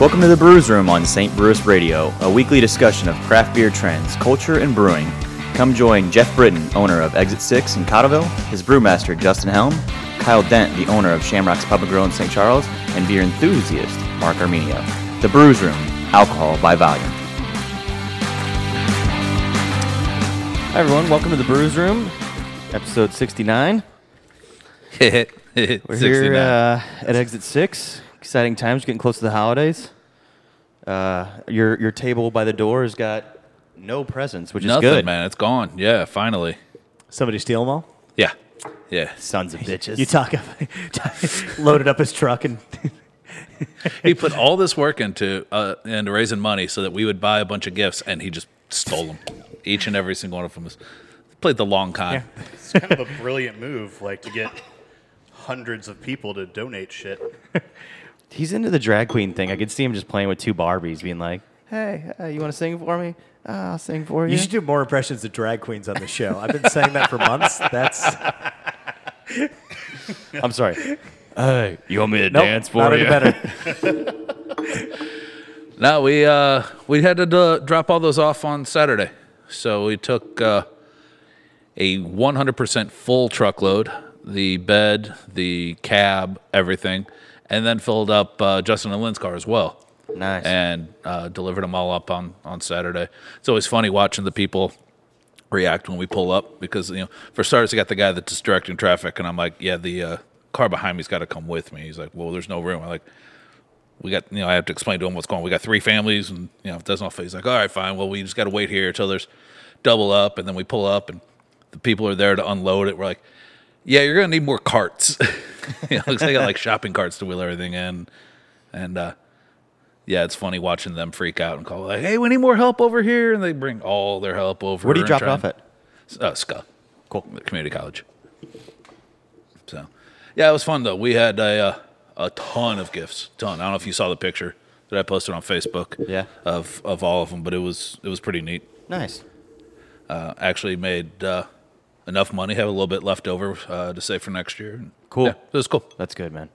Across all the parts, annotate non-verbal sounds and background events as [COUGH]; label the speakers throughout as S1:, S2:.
S1: Welcome to the Brews Room on St. Brewis Radio, a weekly discussion of craft beer trends, culture, and brewing. Come join Jeff Britton, owner of Exit 6 in Cotterville, his brewmaster Justin Helm, Kyle Dent, the owner of Shamrock's Pub and Grill in St. Charles, and beer enthusiast Mark Armenio. The Brews Room, alcohol by volume. Hi everyone, welcome to the Brews Room, episode 69.
S2: We're
S1: We're here uh, at exit six. Exciting times, getting close to the holidays. Uh, your your table by the door has got no presents, which
S2: Nothing,
S1: is good.
S2: man. It's gone. Yeah, finally.
S3: Somebody steal them all?
S2: Yeah, yeah.
S1: Sons of bitches.
S3: You talk [LAUGHS] loaded up his truck and [LAUGHS]
S2: He put all this work into uh, into raising money so that we would buy a bunch of gifts, and he just stole them, each and every single one of them. Was, played the long con.
S4: kind of a brilliant move, like to get hundreds of people to donate shit.
S1: He's into the drag queen thing. I could see him just playing with two Barbies, being like, "Hey, uh, you want to sing for me? Uh, I'll sing for you."
S3: you should do more impressions of drag queens on the show. I've been saying that for months. That's
S1: [LAUGHS] I'm sorry. Hey, you want me to
S3: nope,
S1: dance
S3: not
S1: for
S3: any
S1: you? [LAUGHS]
S3: better.
S2: No, we uh, we had to uh, drop all those off on Saturday, so we took uh, a 100% full truckload, the bed, the cab, everything, and then filled up uh, Justin and Lynn's car as well.
S1: Nice.
S2: and uh, delivered them all up on, on Saturday. It's always funny watching the people react when we pull up because you know, for starters, I got the guy that's just directing traffic, and I'm like, yeah, the uh, car behind me's got to come with me. He's like, well, there's no room. I'm like, we got you know, I have to explain to him what's going. on. We got three families, and you know, if it doesn't all fit, he's like, all right, fine. Well, we just got to wait here until there's double up, and then we pull up, and the people are there to unload it. We're like. Yeah, you're gonna need more carts. [LAUGHS] you know, looks like I got like shopping carts to wheel everything in, and uh, yeah, it's funny watching them freak out and call like, "Hey, we need more help over here," and they bring all their help over.
S1: Where do you
S2: and
S1: drop it
S2: try
S1: off
S2: and-
S1: at?
S2: Uh, Ska,
S1: Cool.
S2: community college. So, yeah, it was fun though. We had a uh, a ton of gifts, ton. I don't know if you saw the picture that I posted on Facebook.
S1: Yeah.
S2: of of all of them, but it was it was pretty neat.
S1: Nice.
S2: Uh, actually, made uh, enough money, have a little bit left over uh, to save for next year. And,
S1: Cool.
S2: Yeah, it was cool.
S1: That's good, man.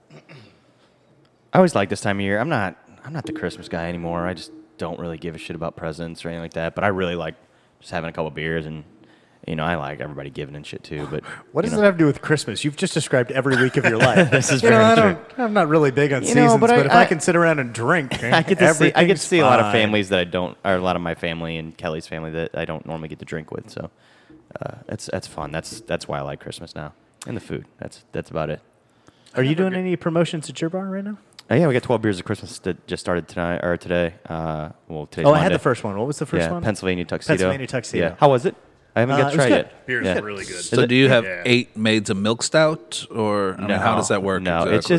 S1: I always like this time of year. I'm not I'm not the Christmas guy anymore. I just don't really give a shit about presents or anything like that. But I really like just having a couple beers and you know, I like everybody giving and shit too. [SIGHS] But
S3: What
S1: you
S3: does
S1: know,
S3: that have to do with Christmas? You've just described every
S1: [LAUGHS]
S3: week of your life.
S1: This is
S3: You know,
S1: very
S3: I
S1: true.
S3: don't- I'm not really big on
S1: You know,
S3: seasons,
S1: but
S3: but,
S1: I-
S3: if I,
S1: I-
S3: can sit around and
S1: [LAUGHS]
S3: drink,
S1: I get to see I get to see a lot of
S3: everything's
S1: families that I don't or a lot of my family and Kelly's family that I don't normally get to drink with. So uh, that's that's fun. That's that's why I like Christmas now. And the food. That's that's about it.
S3: fine. Are you doing any promotions at your bar right now?
S1: Uh, yeah, we got 12 beers of Christmas that just started tonight or today. Uh, well, today's
S3: Oh, I had
S1: Monday.
S3: the first one. What was the first
S1: yeah,
S3: one?
S1: Pennsylvania tuxedo.
S3: Pennsylvania tuxedo.
S1: Yeah. How was it? I haven't
S3: Uh,
S1: got
S3: it
S1: to
S3: was
S1: try
S3: good.
S1: yet.
S4: Beers
S1: yeah.
S4: were really good.
S2: So,
S1: it-
S2: do you have
S4: Yeah.
S2: eight maids of milk stout, or I mean, how does that work?
S1: No, it's
S2: exactly?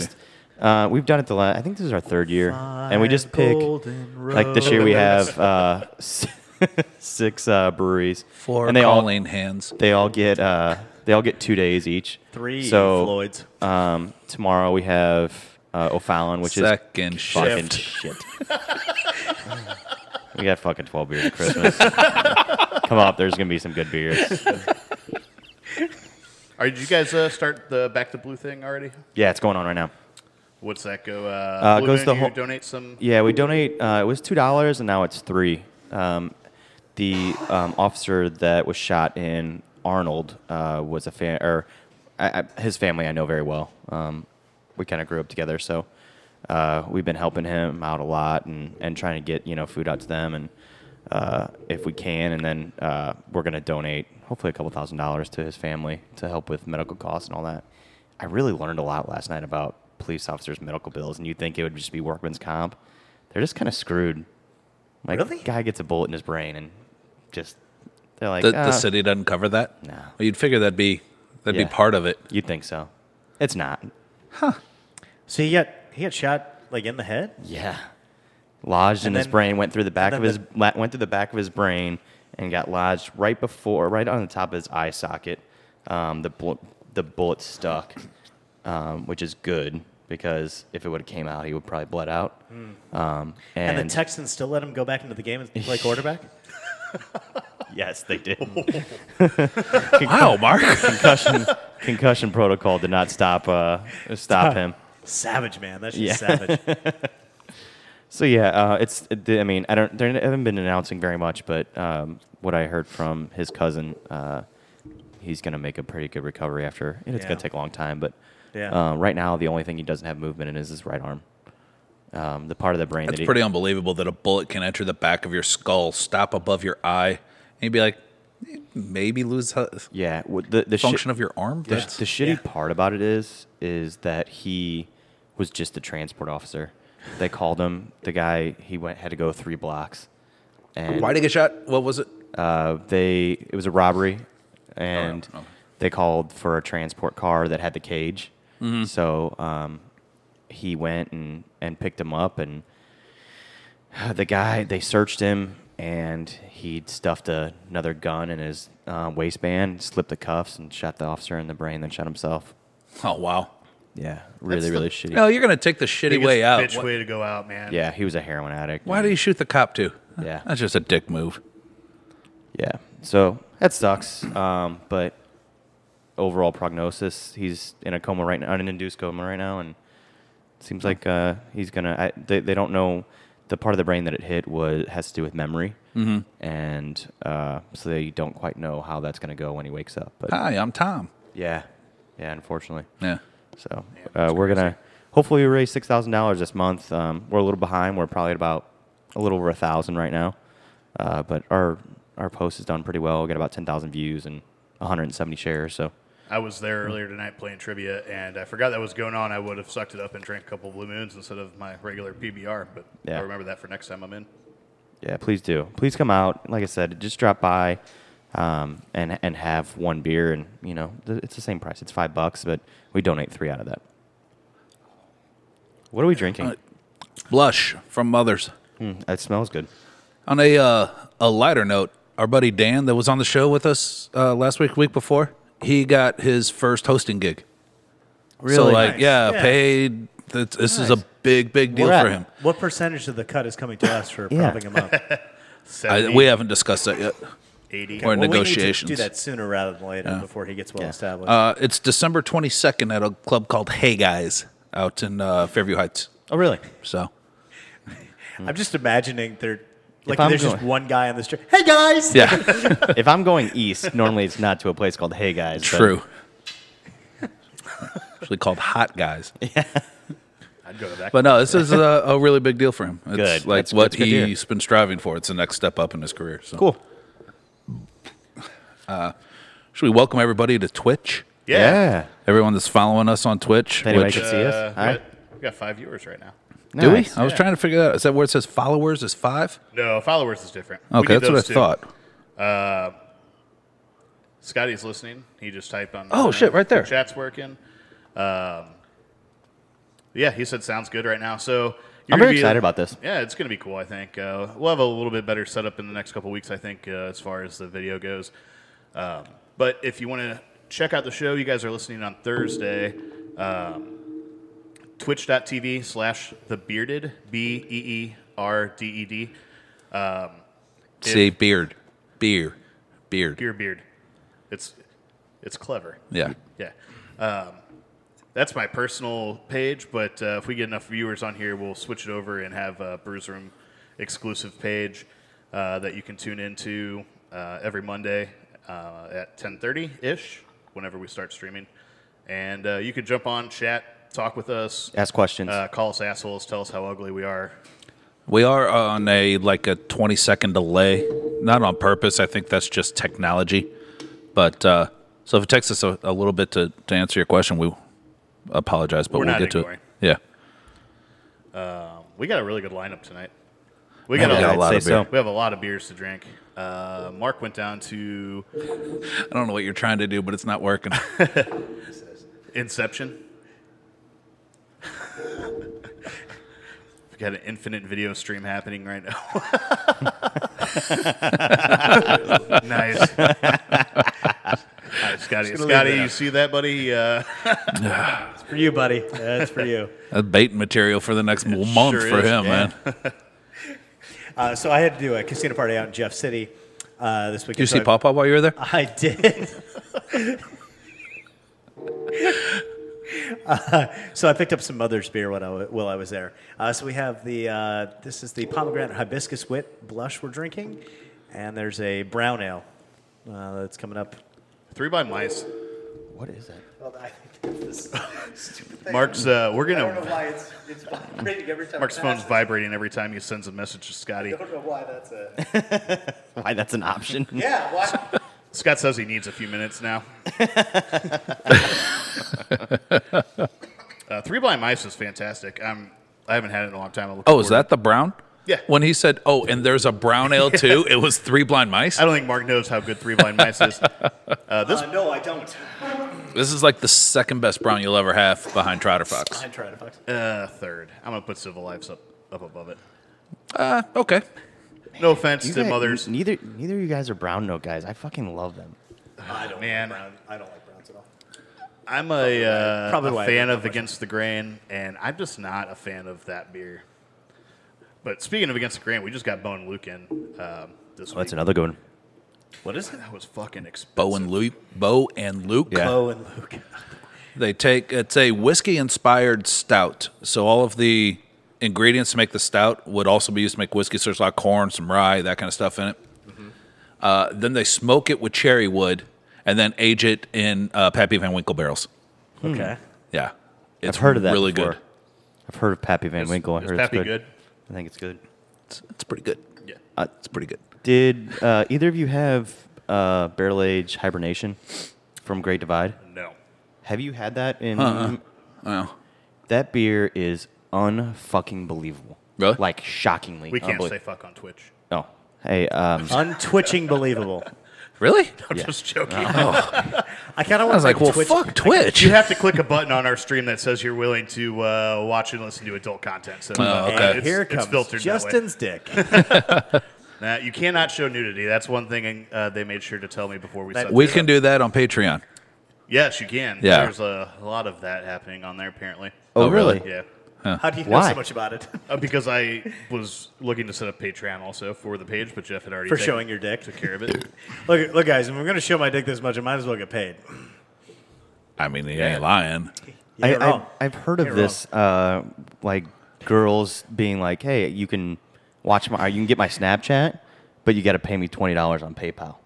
S1: just uh, we've done it the last. I think this is our third year, and we just
S3: Five
S1: pick
S3: golden
S1: like this year we
S3: roads.
S1: have uh, [LAUGHS] s- six uh, breweries,
S2: four
S1: and they all
S2: calling hands.
S1: they all get uh, they all get two days each.
S3: Three
S1: So
S3: Floyds.
S1: um, tomorrow we have uh, O'Fallon, which is
S2: Second
S1: fucking
S2: shift.
S1: shit. [LAUGHS] we got fucking 12 beers at
S3: [LAUGHS]
S1: Christmas. Come up, there's going to be some good beers.
S4: All right, did you guys uh, start the Back to Blue thing already?
S1: Yeah, it's going on right now.
S4: What's that go? Uh,
S1: Uh,
S4: Blue
S1: goes
S4: Moon,
S1: the
S4: you
S1: whole-
S4: donate some.
S1: Yeah, we donate. Uh, it was two dollars, and now it's three. Um, the um, officer that was shot in Arnold uh, was a fan, or I, I, his family I know very well. Um, we kind of grew up together, so uh, we've been helping him out a lot and, and trying to get you know food out to them, and uh, if we can, and then uh, we're gonna donate hopefully a couple thousand dollars to his family to help with medical costs and all that. I really learned a lot last night about police officers' medical bills, and you'd think it would just be workman's comp. They're just kind of screwed. Like,
S3: Really?
S1: guy gets a bullet in his brain and just, they're like,
S2: The, the
S1: "Uh,
S2: city doesn't cover that.
S1: No.
S2: Well, you'd figure that'd be that'd
S1: Yeah.
S2: be part of it.
S1: you'd think so. It's not.
S3: So he got he got shot like in the head.
S1: Yeah. Lodged in
S3: And
S1: his
S3: then-
S1: brain, went through the back of
S3: and
S1: his
S3: then
S1: la- went through the back of his brain, and got lodged right before, right on the top of his eye socket. Um, the bul the bullet stuck, um, which is good because if it would have came out, he would probably bled out. Um, and
S3: Hmm. And, the Texans still let him go back into the game and play quarterback.
S1: yes, they did.
S2: Wow, Mark.
S1: concussion concussion protocol did not stop uh, stop him.
S3: savage man, that's just
S1: Yeah.
S3: savage.
S1: So yeah, uh, it's. it- I mean, I don't. They haven't been announcing very much, but um, what I heard from his cousin, uh, he's going to make a pretty good recovery after. And it's going
S3: Yeah.
S1: to take a long time, but
S3: Yeah.
S1: uh, right now the only thing he doesn't have movement in is his right arm, um, the part of the brain
S2: That's
S1: that he,
S2: pretty unbelievable that a bullet can enter the back of your skull, stop above your eye, and you'd be like, eh, maybe lose hu-
S1: Yeah, w- the the
S2: function
S1: shi-
S2: of your arm.
S1: the,
S2: That's-
S1: the shitty part about it is is that he was just a transport officer. They called him. The guy he went had to go three blocks. And
S2: Why did he get shot? What was it?
S1: uh, they it was a robbery,
S2: Oh,
S1: and
S2: okay.
S1: they called for a transport car that had the cage.
S2: Mm-hmm.
S1: So um, he went and and picked him up, and the guy they searched him, and he'd stuffed a, another gun in his uh, waistband, slipped the cuffs, and shot the officer in the brain, then shot himself.
S2: Oh wow!
S1: Yeah, really,
S2: That's
S1: really
S2: the- Oh.
S1: shitty.
S2: No, you're gonna take the shitty
S4: Biggest
S2: way out.
S4: Bitch
S2: What-
S4: way to go out, man.
S1: Yeah, he was a heroin addict.
S2: Why do you shoot the cop too?
S1: Yeah.
S2: that's just a dick move.
S1: Yeah. So that sucks. Um, but overall prognosis, he's in a coma right now, an induced coma right now, and it seems like uh, he's gonna. I, they they don't know the part of the brain that it hit was has to do with memory, mm-hmm. and uh, so they don't quite know how that's gonna go when he wakes up. But
S2: Hi, I'm Tom.
S1: yeah, yeah, unfortunately.
S2: Yeah.
S1: So uh, we're gonna hopefully we raise six thousand dollars this month. Um, we're a little behind. We're probably at about a little over a thousand right now, uh, but our our post has done pretty well. We got about ten thousand views and one hundred and seventy shares. So
S4: I was there earlier tonight playing trivia, and I forgot that was going on. I would have sucked it up and drank a couple Blue Moons instead of my regular PBR, but
S1: Yeah.
S4: I'll remember that for next time I'm in.
S1: yeah, please do. Please come out. Like I said, just drop by um, and and have one beer, and you know th- it's the same price. It's five bucks, but we donate three out of that. What are we drinking?
S2: Blush from mothers.
S1: Mm, it smells good. [LAUGHS]
S2: On a uh, a lighter note, our buddy Dan that was on the show with us uh, last week, week before, he got his first hosting gig. so
S3: Really?
S2: like
S3: Nice.
S2: yeah,
S3: Yeah.
S2: paid. This, this is a
S1: Nice.
S2: big big deal
S1: Right.
S2: for him.
S3: What percentage of the cut is coming to us for
S1: Yeah.
S3: propping him up?
S2: I,
S4: 70,
S2: we haven't discussed that yet.
S4: 80.
S2: or-
S3: Well,
S2: Negotiations.
S3: We need to do that sooner rather than later before he gets well established.
S2: Uh, it's December 22nd at a club called Hey Guys out in uh, Fairview Heights.
S1: Oh, really?
S2: So
S3: I'm just imagining there, like
S1: I'm
S3: there's just
S1: going-
S3: one guy on the street. Hey guys,
S2: yeah,
S1: if I'm going east, normally it's not to a place called Hey Guys. but- [LAUGHS]
S2: true. Actually called Hot Guys.
S4: I'd go to
S2: [LAUGHS]
S4: that.
S2: But no, this is a, a really big deal for him. It's
S1: Good.
S2: like
S1: That's-
S2: what
S1: that's good to hear.
S2: he's been striving for. It's the next step up in his career. So Uh,
S1: Cool.
S2: should we welcome everybody to Twitch?
S4: yeah.
S2: Everyone that's following us on Twitch.
S1: Anybody
S2: which-
S1: can see us.
S4: Uh,
S1: All right.
S4: we got five viewers right now.
S2: do we? Oh.
S1: Nice.
S2: I was trying to figure that out. Is that where it says followers is five?
S4: No, followers is different. We
S2: Okay,
S4: need
S2: that's what I
S4: those two.
S2: thought.
S4: Scotty's listening. He just typed on.
S2: Oh, shit, right there.
S4: Chat's working. Um, yeah, he said sounds good right now. So
S1: I'm
S4: gonna
S1: very
S4: be-
S1: excited about this.
S4: Yeah, it's going to be cool. I think uh, we'll have a little bit better setup in the next couple weeks. I think uh, as far as the video goes. Um, but if you want to check out the show, you guys are listening on Thursday. Um, Twitch.tv slash the bearded B E E R D E D
S2: See, beard, beer, beard.
S4: beer beard. It's it's clever.
S2: Yeah.
S4: Yeah. Um, that's my personal page, but uh, if we get enough viewers on here, we'll switch it over and have a Brews Room exclusive page uh, that you can tune into uh, every Monday uh, at 10.30 ish, whenever we start streaming. And uh, you can jump on, chat, talk with us,
S1: Ask questions.
S4: uh, call us assholes, tell us how ugly we are.
S2: We are on a like a 20 second delay, not on purpose. I think that's just technology. But uh, so if it takes us a, a little bit to, to answer your question, we apologize, but
S4: We're
S2: we'll
S4: not
S2: get
S4: ignoring.
S2: to it.
S4: We got a really good lineup tonight. We
S2: Man,
S4: got,
S2: we
S4: a,
S2: got a lot
S1: say
S2: of beer.
S1: so.
S4: we have a lot of beers to drink. Uh, Mark went down to
S2: Yeah. I don't know what you're trying to do, but it's not working.
S4: Inception. we got an infinite video stream happening right now. [LAUGHS] nice. Hi, Scotty,
S3: gonna leave
S4: Scotty,
S3: that
S4: you
S3: up.
S4: see that, buddy? Uh,
S3: it's for you, buddy. That's for you.
S2: That's bait material for the next month
S4: sure
S2: for
S4: is,
S2: him,
S4: man. [LAUGHS]
S2: man.
S3: Uh, so I had to do a casino party out in Jeff City uh, this weekend.
S2: Did you see
S3: so [LAUGHS] I-
S2: Papa while you were there?
S3: I did. Uh, so I picked up some mother's beer when I, wa- while I was there. Uh, so we have the uh, this is the pomegranate hibiscus wit blush we're drinking, and there's a brown ale uh, that's coming up.
S4: Three by mice.
S1: What is that?
S3: Well, I think this stupid thing.
S4: Mark's. Uh, we're
S3: I don't know
S4: gonna.
S3: why it's, it's vibrating every time.
S4: Mark's
S3: I
S4: phone's
S3: pass
S4: vibrating every time he sends a message to Scotty.
S3: it. I don't know why that's a.
S1: Why that's an [LAUGHS] option?
S3: Yeah,
S2: [LAUGHS]
S3: why?
S4: Scott says he needs a few
S3: [LAUGHS]
S4: minutes now. uh, Three by mice is fantastic. Um, I haven't had it in a long time. I look
S2: Oh, is
S4: forward-
S2: that the brown?
S4: Yeah.
S2: When he said, "Oh, and there's a brown ale
S4: [LAUGHS]
S2: too," it was three blind mice.
S4: I don't think Mark knows how good Three by Mice is. Uh, this
S3: Uh, no, I don't.
S2: This is like the second best brown you'll ever have behind Trotter Fox.
S3: I tried to fuck.
S4: uh, third. I'm gonna put Civil Lives up up above it.
S2: Uh, okay.
S4: No offense
S1: You
S4: to
S1: guys-
S4: mothers.
S1: Neither neither of you guys are brown note guys. I fucking love them.
S3: I don't
S4: man.
S3: Like brown. I don't like browns at all.
S4: I'm a, uh,
S3: Probably
S4: a
S3: why I
S4: fan
S3: don't
S4: of Against the Grain, and I'm just not a fan of that beer. But speaking of Against the Grain, we just got Bone Luke in um, this
S1: Oh, that's
S4: week.
S1: another good one.
S4: What is it? That was fucking expensive.
S2: Bo and Luke. Bo and Luke.
S1: Yeah.
S3: Bo and Luke.
S2: They take it's a whiskey inspired stout. So all of the ingredients to make the stout would also be used to make whiskey. So there's a lot of corn, some rye, that kind of stuff in it.
S1: Mm-hmm.
S2: Uh, then they smoke it with cherry wood and then age it in uh, Pappy Van Winkle barrels. Hmm.
S3: Okay.
S2: Yeah. It's
S1: I've heard of that.
S2: Really
S1: before.
S2: good.
S1: I've heard of Pappy Van
S4: Is-
S1: Winkle. I
S4: is
S1: heard
S4: Pappy
S1: it's
S4: good?
S1: I think it's good.
S2: It's, it's pretty good.
S4: Yeah.
S1: Uh,
S2: It's pretty good.
S1: did uh, either of you have uh, Barrel Age Hibernation from Great Divide?
S4: No.
S1: Have you had that in?
S2: Well,
S1: That beer is unfucking believable.
S2: Really?
S1: Like shockingly.
S4: We can't
S1: unbelie-
S4: say fuck on Twitch. [LAUGHS]
S1: No. Hey, um,
S3: Untwitching believable.
S2: really?
S4: I'm
S1: Yeah. Oh.
S4: just joking.
S3: I kind of
S2: I
S3: want
S2: was
S3: to
S2: like, well,
S3: Twitch.
S2: fuck Twitch.
S4: [LAUGHS] you have to click a button on our stream that says you're willing to uh, watch and listen to adult content.
S1: Oh,
S4: So uh,
S2: okay.
S4: it's,
S3: And here
S4: it's
S3: comes
S4: filtered That way.
S3: Justin's
S1: [LAUGHS]
S3: dick.
S4: Nah, you cannot show nudity. That's one thing uh, they made sure to tell me before we.
S3: That-
S2: [LAUGHS]
S4: set
S2: We
S4: this
S2: can
S4: up.
S2: do that on Patreon.
S4: Yes, you can.
S2: Yeah.
S4: There's a, a lot of that happening on there apparently.
S1: oh,
S2: Oh, really?
S1: really?
S4: Yeah.
S3: How do you know
S1: Why?
S3: so much about it? [LAUGHS]
S4: Uh, because I was looking to set up Patreon also for the page, but Jeff had already
S3: For
S4: taken-
S3: showing your dick.
S4: took care
S3: [LAUGHS]
S4: of it.
S3: Look, look, guys. If I'm going to show my dick this much, I might as well get paid.
S2: I mean, he ain't lying.
S3: You
S1: I,
S3: ain't wrong.
S1: I, I've heard of
S3: You're
S1: this, uh, like girls being like, "Hey, you can watch my, you can get my Snapchat, but you got to pay me twenty dollars on PayPal."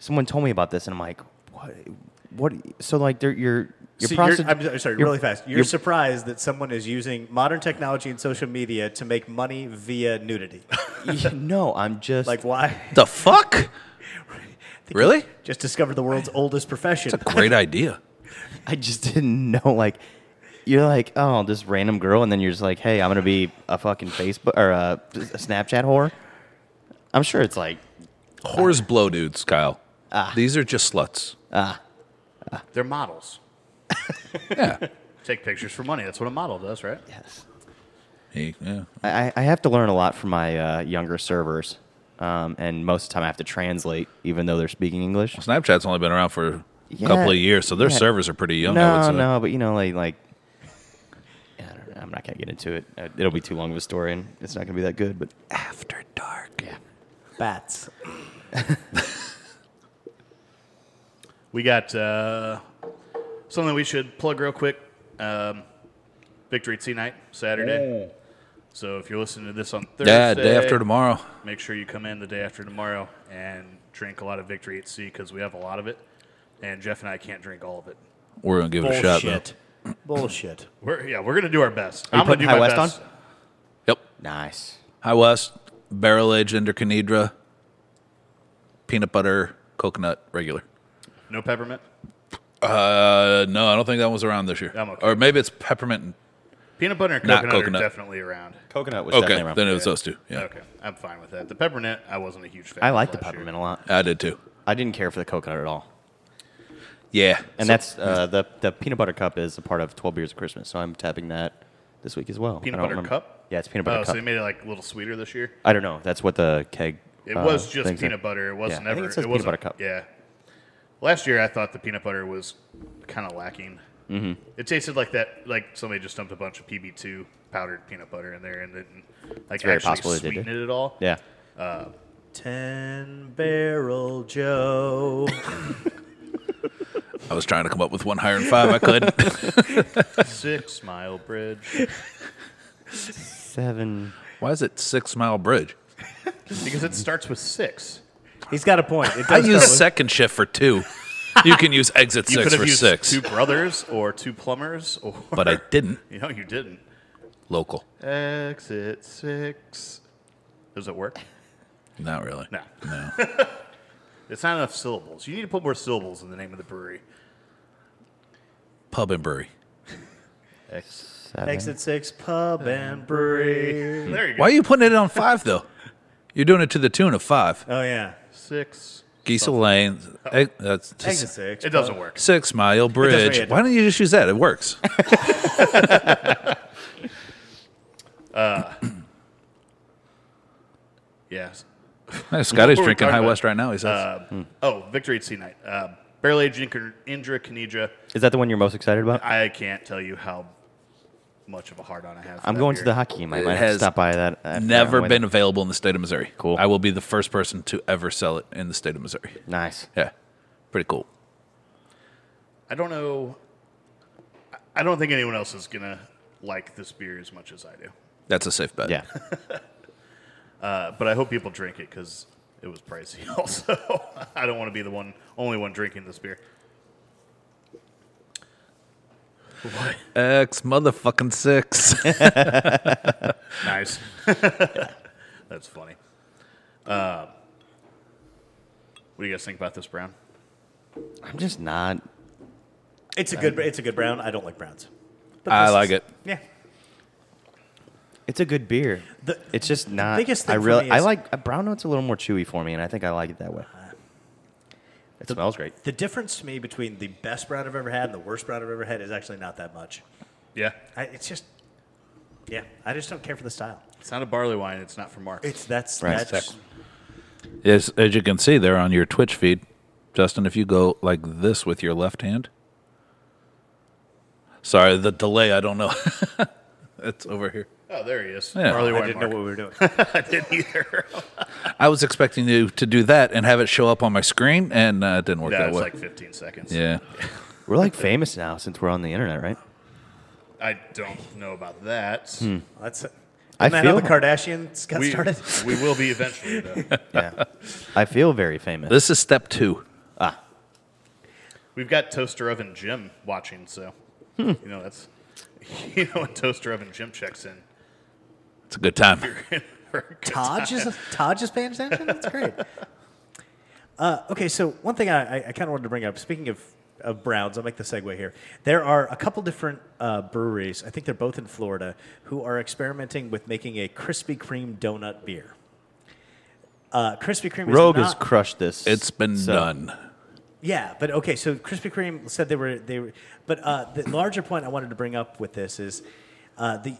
S1: Someone told me about this, and I'm like, "What? What?" So like, they're, you're you're,
S3: So
S1: prosti-
S3: you're, I'm sorry,
S1: you're-
S3: really fast. You're,
S1: you're- [LAUGHS]
S3: surprised that someone is using modern technology and social media to make money
S1: [LAUGHS]
S3: via nudity.
S1: no, I'm just
S3: like, why?
S1: [LAUGHS]
S2: The fuck? Really?
S3: Just discovered the world's oldest profession.
S2: Great idea.
S1: I just [LAUGHS] didn't know. Like, you're like, oh, this random girl, and then you're just like, hey, I'm gonna be a fucking Facebook or a, a Snapchat whore. I'm sure it's like,
S2: Whores blow dudes, Kyle.
S1: Ah.
S2: These are just sluts.
S4: They're models.
S2: [LAUGHS] Yeah.
S4: Take pictures for money. That's what a model does, right?
S1: yes.
S2: He- yeah.
S1: I, I- I have to learn a lot from my uh, younger servers, um, and most of the time I have to translate, even though they're speaking English.
S2: Snapchat's only been around for a
S1: Yeah.
S2: couple of years, so their
S1: Yeah.
S2: servers are pretty young. I would
S1: No,
S2: say.
S1: no, but you know, like, like I don't know, I'm not gonna get into it. Uh, It'll be too long of a story, and it's not gonna be that good. But
S2: After dark. Yeah.
S3: Bats.
S4: We got uh, something we should plug real quick. Um, Victory Tea Night Saturday. So if you're listening to this on Thursday,
S2: day after tomorrow.
S4: make sure you come in the day after tomorrow and drink a lot of Victory at Sea because we have a lot of it. And Jeff and I can't drink all of it.
S2: We're gonna give it a shot though.
S3: Bullshit. Bullshit.
S4: We're, yeah, we're gonna do our best.
S1: you
S4: I'm gonna
S1: putting
S4: do
S1: High
S4: my
S1: West
S4: best.
S1: on?
S2: Yep.
S1: nice.
S2: High West, barrel aged Enderconedra, peanut butter, coconut, regular.
S4: No peppermint.
S2: Uh, no, I don't think that was around this year.
S4: I'm okay.
S2: Or maybe it's peppermint. And,
S4: Peanut butter and
S2: Not
S4: coconut,
S2: coconut.
S4: are definitely around.
S1: Coconut was
S2: okay,
S1: definitely around.
S2: then it was those two. Yeah,
S4: Okay, I'm fine with that. The peppermint, I wasn't a huge fan.
S1: I
S4: of
S1: like the
S4: last year.
S1: peppermint a lot.
S2: I did too.
S1: I didn't care for the coconut at all.
S2: Yeah,
S1: And that's uh, the the peanut butter cup is a part of Twelve Beers of Christmas, so I'm tapping that this week as well.
S4: Peanut
S1: I don't
S4: butter
S1: remember-
S4: cup?
S1: Yeah, it's peanut butter
S4: Oh, so
S1: cup.
S4: they made it like a little sweeter this year.
S1: I don't know. That's what the keg.
S4: It
S1: uh,
S4: was just
S1: things are.
S4: peanut butter. It wasn't
S1: Yeah, I
S4: ever.
S1: think it says peanut
S4: wasn't-
S1: butter cup.
S4: Yeah. Last year, I thought the peanut butter was kind of lacking. Mm-hmm. It tasted like that, like somebody just dumped a bunch of PB two powdered peanut butter in there and didn't like
S1: very
S4: actually
S1: possible they did.
S4: sweeten it at all.
S1: Yeah.
S3: Ten barrel Joe.
S2: I was trying to come up with one higher than five. I
S1: [LAUGHS]
S2: couldn't.
S4: Six Mile Bridge.
S1: Seven.
S2: Why is it Six Mile Bridge?
S4: Because it starts with six.
S3: He's got a point. It
S2: I
S3: does
S2: use
S3: start
S2: second shift for two. You can use exit
S4: [LAUGHS] You could
S2: six
S4: have
S2: for
S4: used
S2: six,
S4: two brothers or two plumbers, or
S1: [LAUGHS]
S4: [LAUGHS]
S2: but I didn't.
S4: You know, you didn't.
S2: Local.
S4: Exit six. Does it work?
S2: Not really.
S4: No.
S2: No.
S4: [LAUGHS] It's not enough syllables. You need to put more syllables in the name of the brewery.
S2: Pub and brewery.
S1: Seven.
S3: with Exit six pub and brewery.
S4: There you go.
S2: Why are you putting it on five though? You're doing it to the tune of five.
S3: Oh yeah,
S4: Six.
S2: Giesel Lane.
S4: Oh.
S2: eh, That's just
S3: exit six.
S4: It doesn't work.
S2: Six Mile
S3: doesn't
S2: Bridge.
S3: really-
S2: Why don't you just use that? It
S4: [LAUGHS]
S2: works.
S4: Yes.
S2: Hey, Scotty's
S4: What were we
S2: drinking
S4: talking
S2: High
S4: about?
S2: West right now. He says,
S4: Uh, Oh, Victory at Sea Night. Uh, Barrel Age Indra Canidra.
S1: Is that the one you're most excited about?
S4: I can't tell you how much of a hard on I have. for
S1: I'm
S4: that
S1: going to the
S4: beer.
S1: hockey game. I
S2: It
S1: might have to
S2: has
S1: stop by that. I forgot
S2: "Never
S1: when-
S2: been available in the state of Missouri."
S1: Cool.
S2: I will be the first person to ever sell it in the state of Missouri.
S1: Nice.
S2: Yeah, pretty cool.
S4: I don't know. I- I don't think anyone else is gonna like this beer as much as I do.
S2: That's a safe bet.
S3: [LAUGHS]
S1: Yeah.
S4: Uh, but I hope people drink it because it was pricey. [LAUGHS] Also, I don't want to be the one, only one drinking this beer.
S2: X motherfucking
S4: [LAUGHS]
S2: six.
S4: Nice. [LAUGHS] That's funny. Um, what do you guys think about this, Brown?
S1: I'm just not.
S3: It's a good. It's a good brown. I don't like browns. But
S2: I
S3: this
S2: like
S3: is-
S2: it.
S3: Yeah.
S1: It's a good beer.
S3: The-
S1: it's just not.
S3: biggest thing
S1: I
S3: for
S1: really.
S3: me
S1: I
S3: is-
S1: like uh, brown notes a little more chewy for me, and I think I like it that way. It smells great.
S3: The difference to me between the best brown I've ever had and the worst brown I've ever had is actually not that much.
S4: Yeah,
S3: I, it's just, yeah, I just don't care for the style.
S4: it's not a barley wine. It's not for Mark.
S3: It's that's
S1: Right.
S3: that's
S2: As, as you can see there on your Twitch feed, Justin, if you go like this with your left hand. Sorry, the delay. I don't know. [LAUGHS] it's over here.
S4: oh, there he is.
S2: Yeah.
S4: barley
S3: I
S4: wine.
S3: didn't know
S4: Mark.
S3: what we were doing.
S4: I [LAUGHS]
S2: [LAUGHS]
S4: didn't either.
S2: I was expecting you to do that and have it show up on my screen, and uh, it didn't work
S4: yeah,
S2: that
S4: it's
S2: way.
S4: like 15 seconds.
S2: yeah.
S1: [LAUGHS] We're like famous now since we're on the internet,
S3: [LAUGHS]
S1: right?
S4: I don't know about that.
S2: Hmm.
S3: That's.
S1: I
S3: Isn't that how
S1: feel-
S3: the Kardashians got
S4: We,
S3: started?
S4: [LAUGHS] we will be
S2: [LAUGHS]
S4: eventually, though.
S1: Yeah. I feel very famous.
S2: This is step two.
S4: We've got Toaster Oven Jim watching, so
S2: Hmm.
S4: you know that's [LAUGHS] you know when Toaster Oven Jim checks in.
S2: It's a good
S4: [LAUGHS]
S2: time.
S4: for a good
S3: Todd
S4: time.
S3: is Todd is paying attention. That's great. Uh, okay, so one thing I, I, I kind of wanted to bring up. Speaking of of Browns, I'll make the segue here. There are a couple different uh, breweries. I think they're both in Florida who are experimenting with making a Krispy Kreme donut beer. Uh, Krispy Kreme is
S1: Rogue
S3: not,
S1: has crushed this.
S2: It's been
S1: so-
S2: done.
S3: Yeah, but okay. So Krispy Kreme said they were they were, but uh, the larger point I wanted to bring up with this is uh, the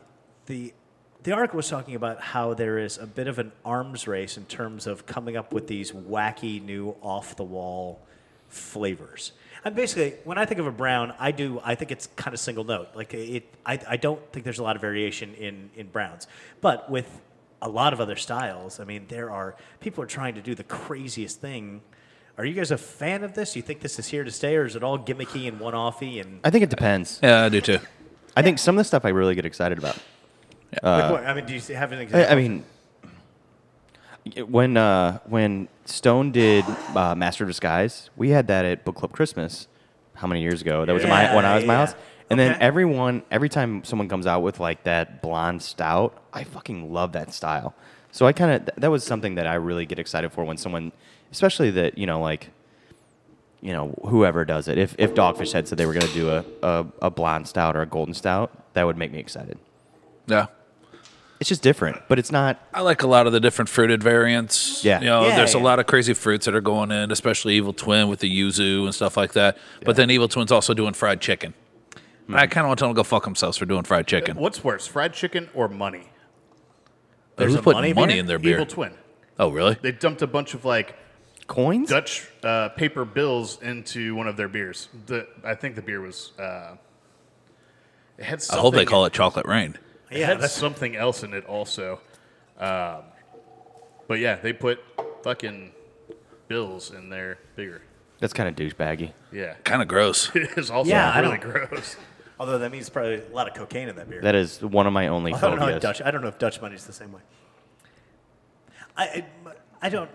S3: the the article was talking about how there is a bit of an arms race in terms of coming up with these wacky new off the wall flavors. And basically, when I think of a brown, I do I think it's kind of single note. Like it, I, I don't think there's a lot of variation in in browns, but with a lot of other styles, I mean, there are people are trying to do the craziest thing. Are you guys a fan of this? You think this is here to stay, or is it all gimmicky and one-offy? And
S1: I think it depends.
S2: Yeah, I do too.
S1: I think some of the stuff I really get excited about.
S3: Like what- I mean, do you have an
S1: Uh, I,
S3: example?
S1: I mean, when uh, when Stone did uh, Master of Disguise, we had that at Book Club Christmas. How many years ago? That was my
S3: Yeah,
S1: when I was my
S3: yeah.
S1: house. And then
S3: Okay.
S1: everyone, every time someone comes out with like that blonde stout, I fucking love that style. So I kind of that was something that I really get excited for when someone, especially that you know like you know, whoever does it. If if Dogfish Head said they were going to do a, a, a blonde stout or a golden stout, that would make me excited.
S2: Yeah.
S1: It's just different, but it's not.
S2: I like a lot of the different fruited variants.
S1: Yeah.
S2: You know,
S3: Yeah,
S2: there's a
S3: yeah.
S2: lot of crazy fruits that are going in, especially Evil Twin with the yuzu and stuff like that. But then Evil Twin's also doing fried chicken. And I kind of want to tell them to go fuck themselves for doing fried chicken.
S4: What's worse, fried chicken or money?
S2: But Who's
S3: a
S2: putting money,
S3: money beer?
S2: in their beer?
S4: Evil twin.
S2: oh, really?
S4: They dumped a bunch of like
S1: Coins?
S4: Dutch uh, paper bills into one of their beers. The I think the beer was. Uh, it had
S2: I
S4: something.
S2: hope they call it chocolate rain.
S4: It
S3: Yeah,
S4: had
S3: that's-
S4: something else in it also. Um, but yeah, they put fucking bills in their beer.
S1: That's kind of douchebaggy.
S4: Yeah. [LAUGHS]
S2: Kind of gross.
S4: It is also
S3: Yeah, I
S4: really
S3: don't-
S4: gross.
S3: Although that means probably a lot of cocaine in that beer.
S1: That is one of my only
S3: I don't know. if
S1: phobias.
S3: Dutch. I don't know if Dutch money's the same way. I I, I don't.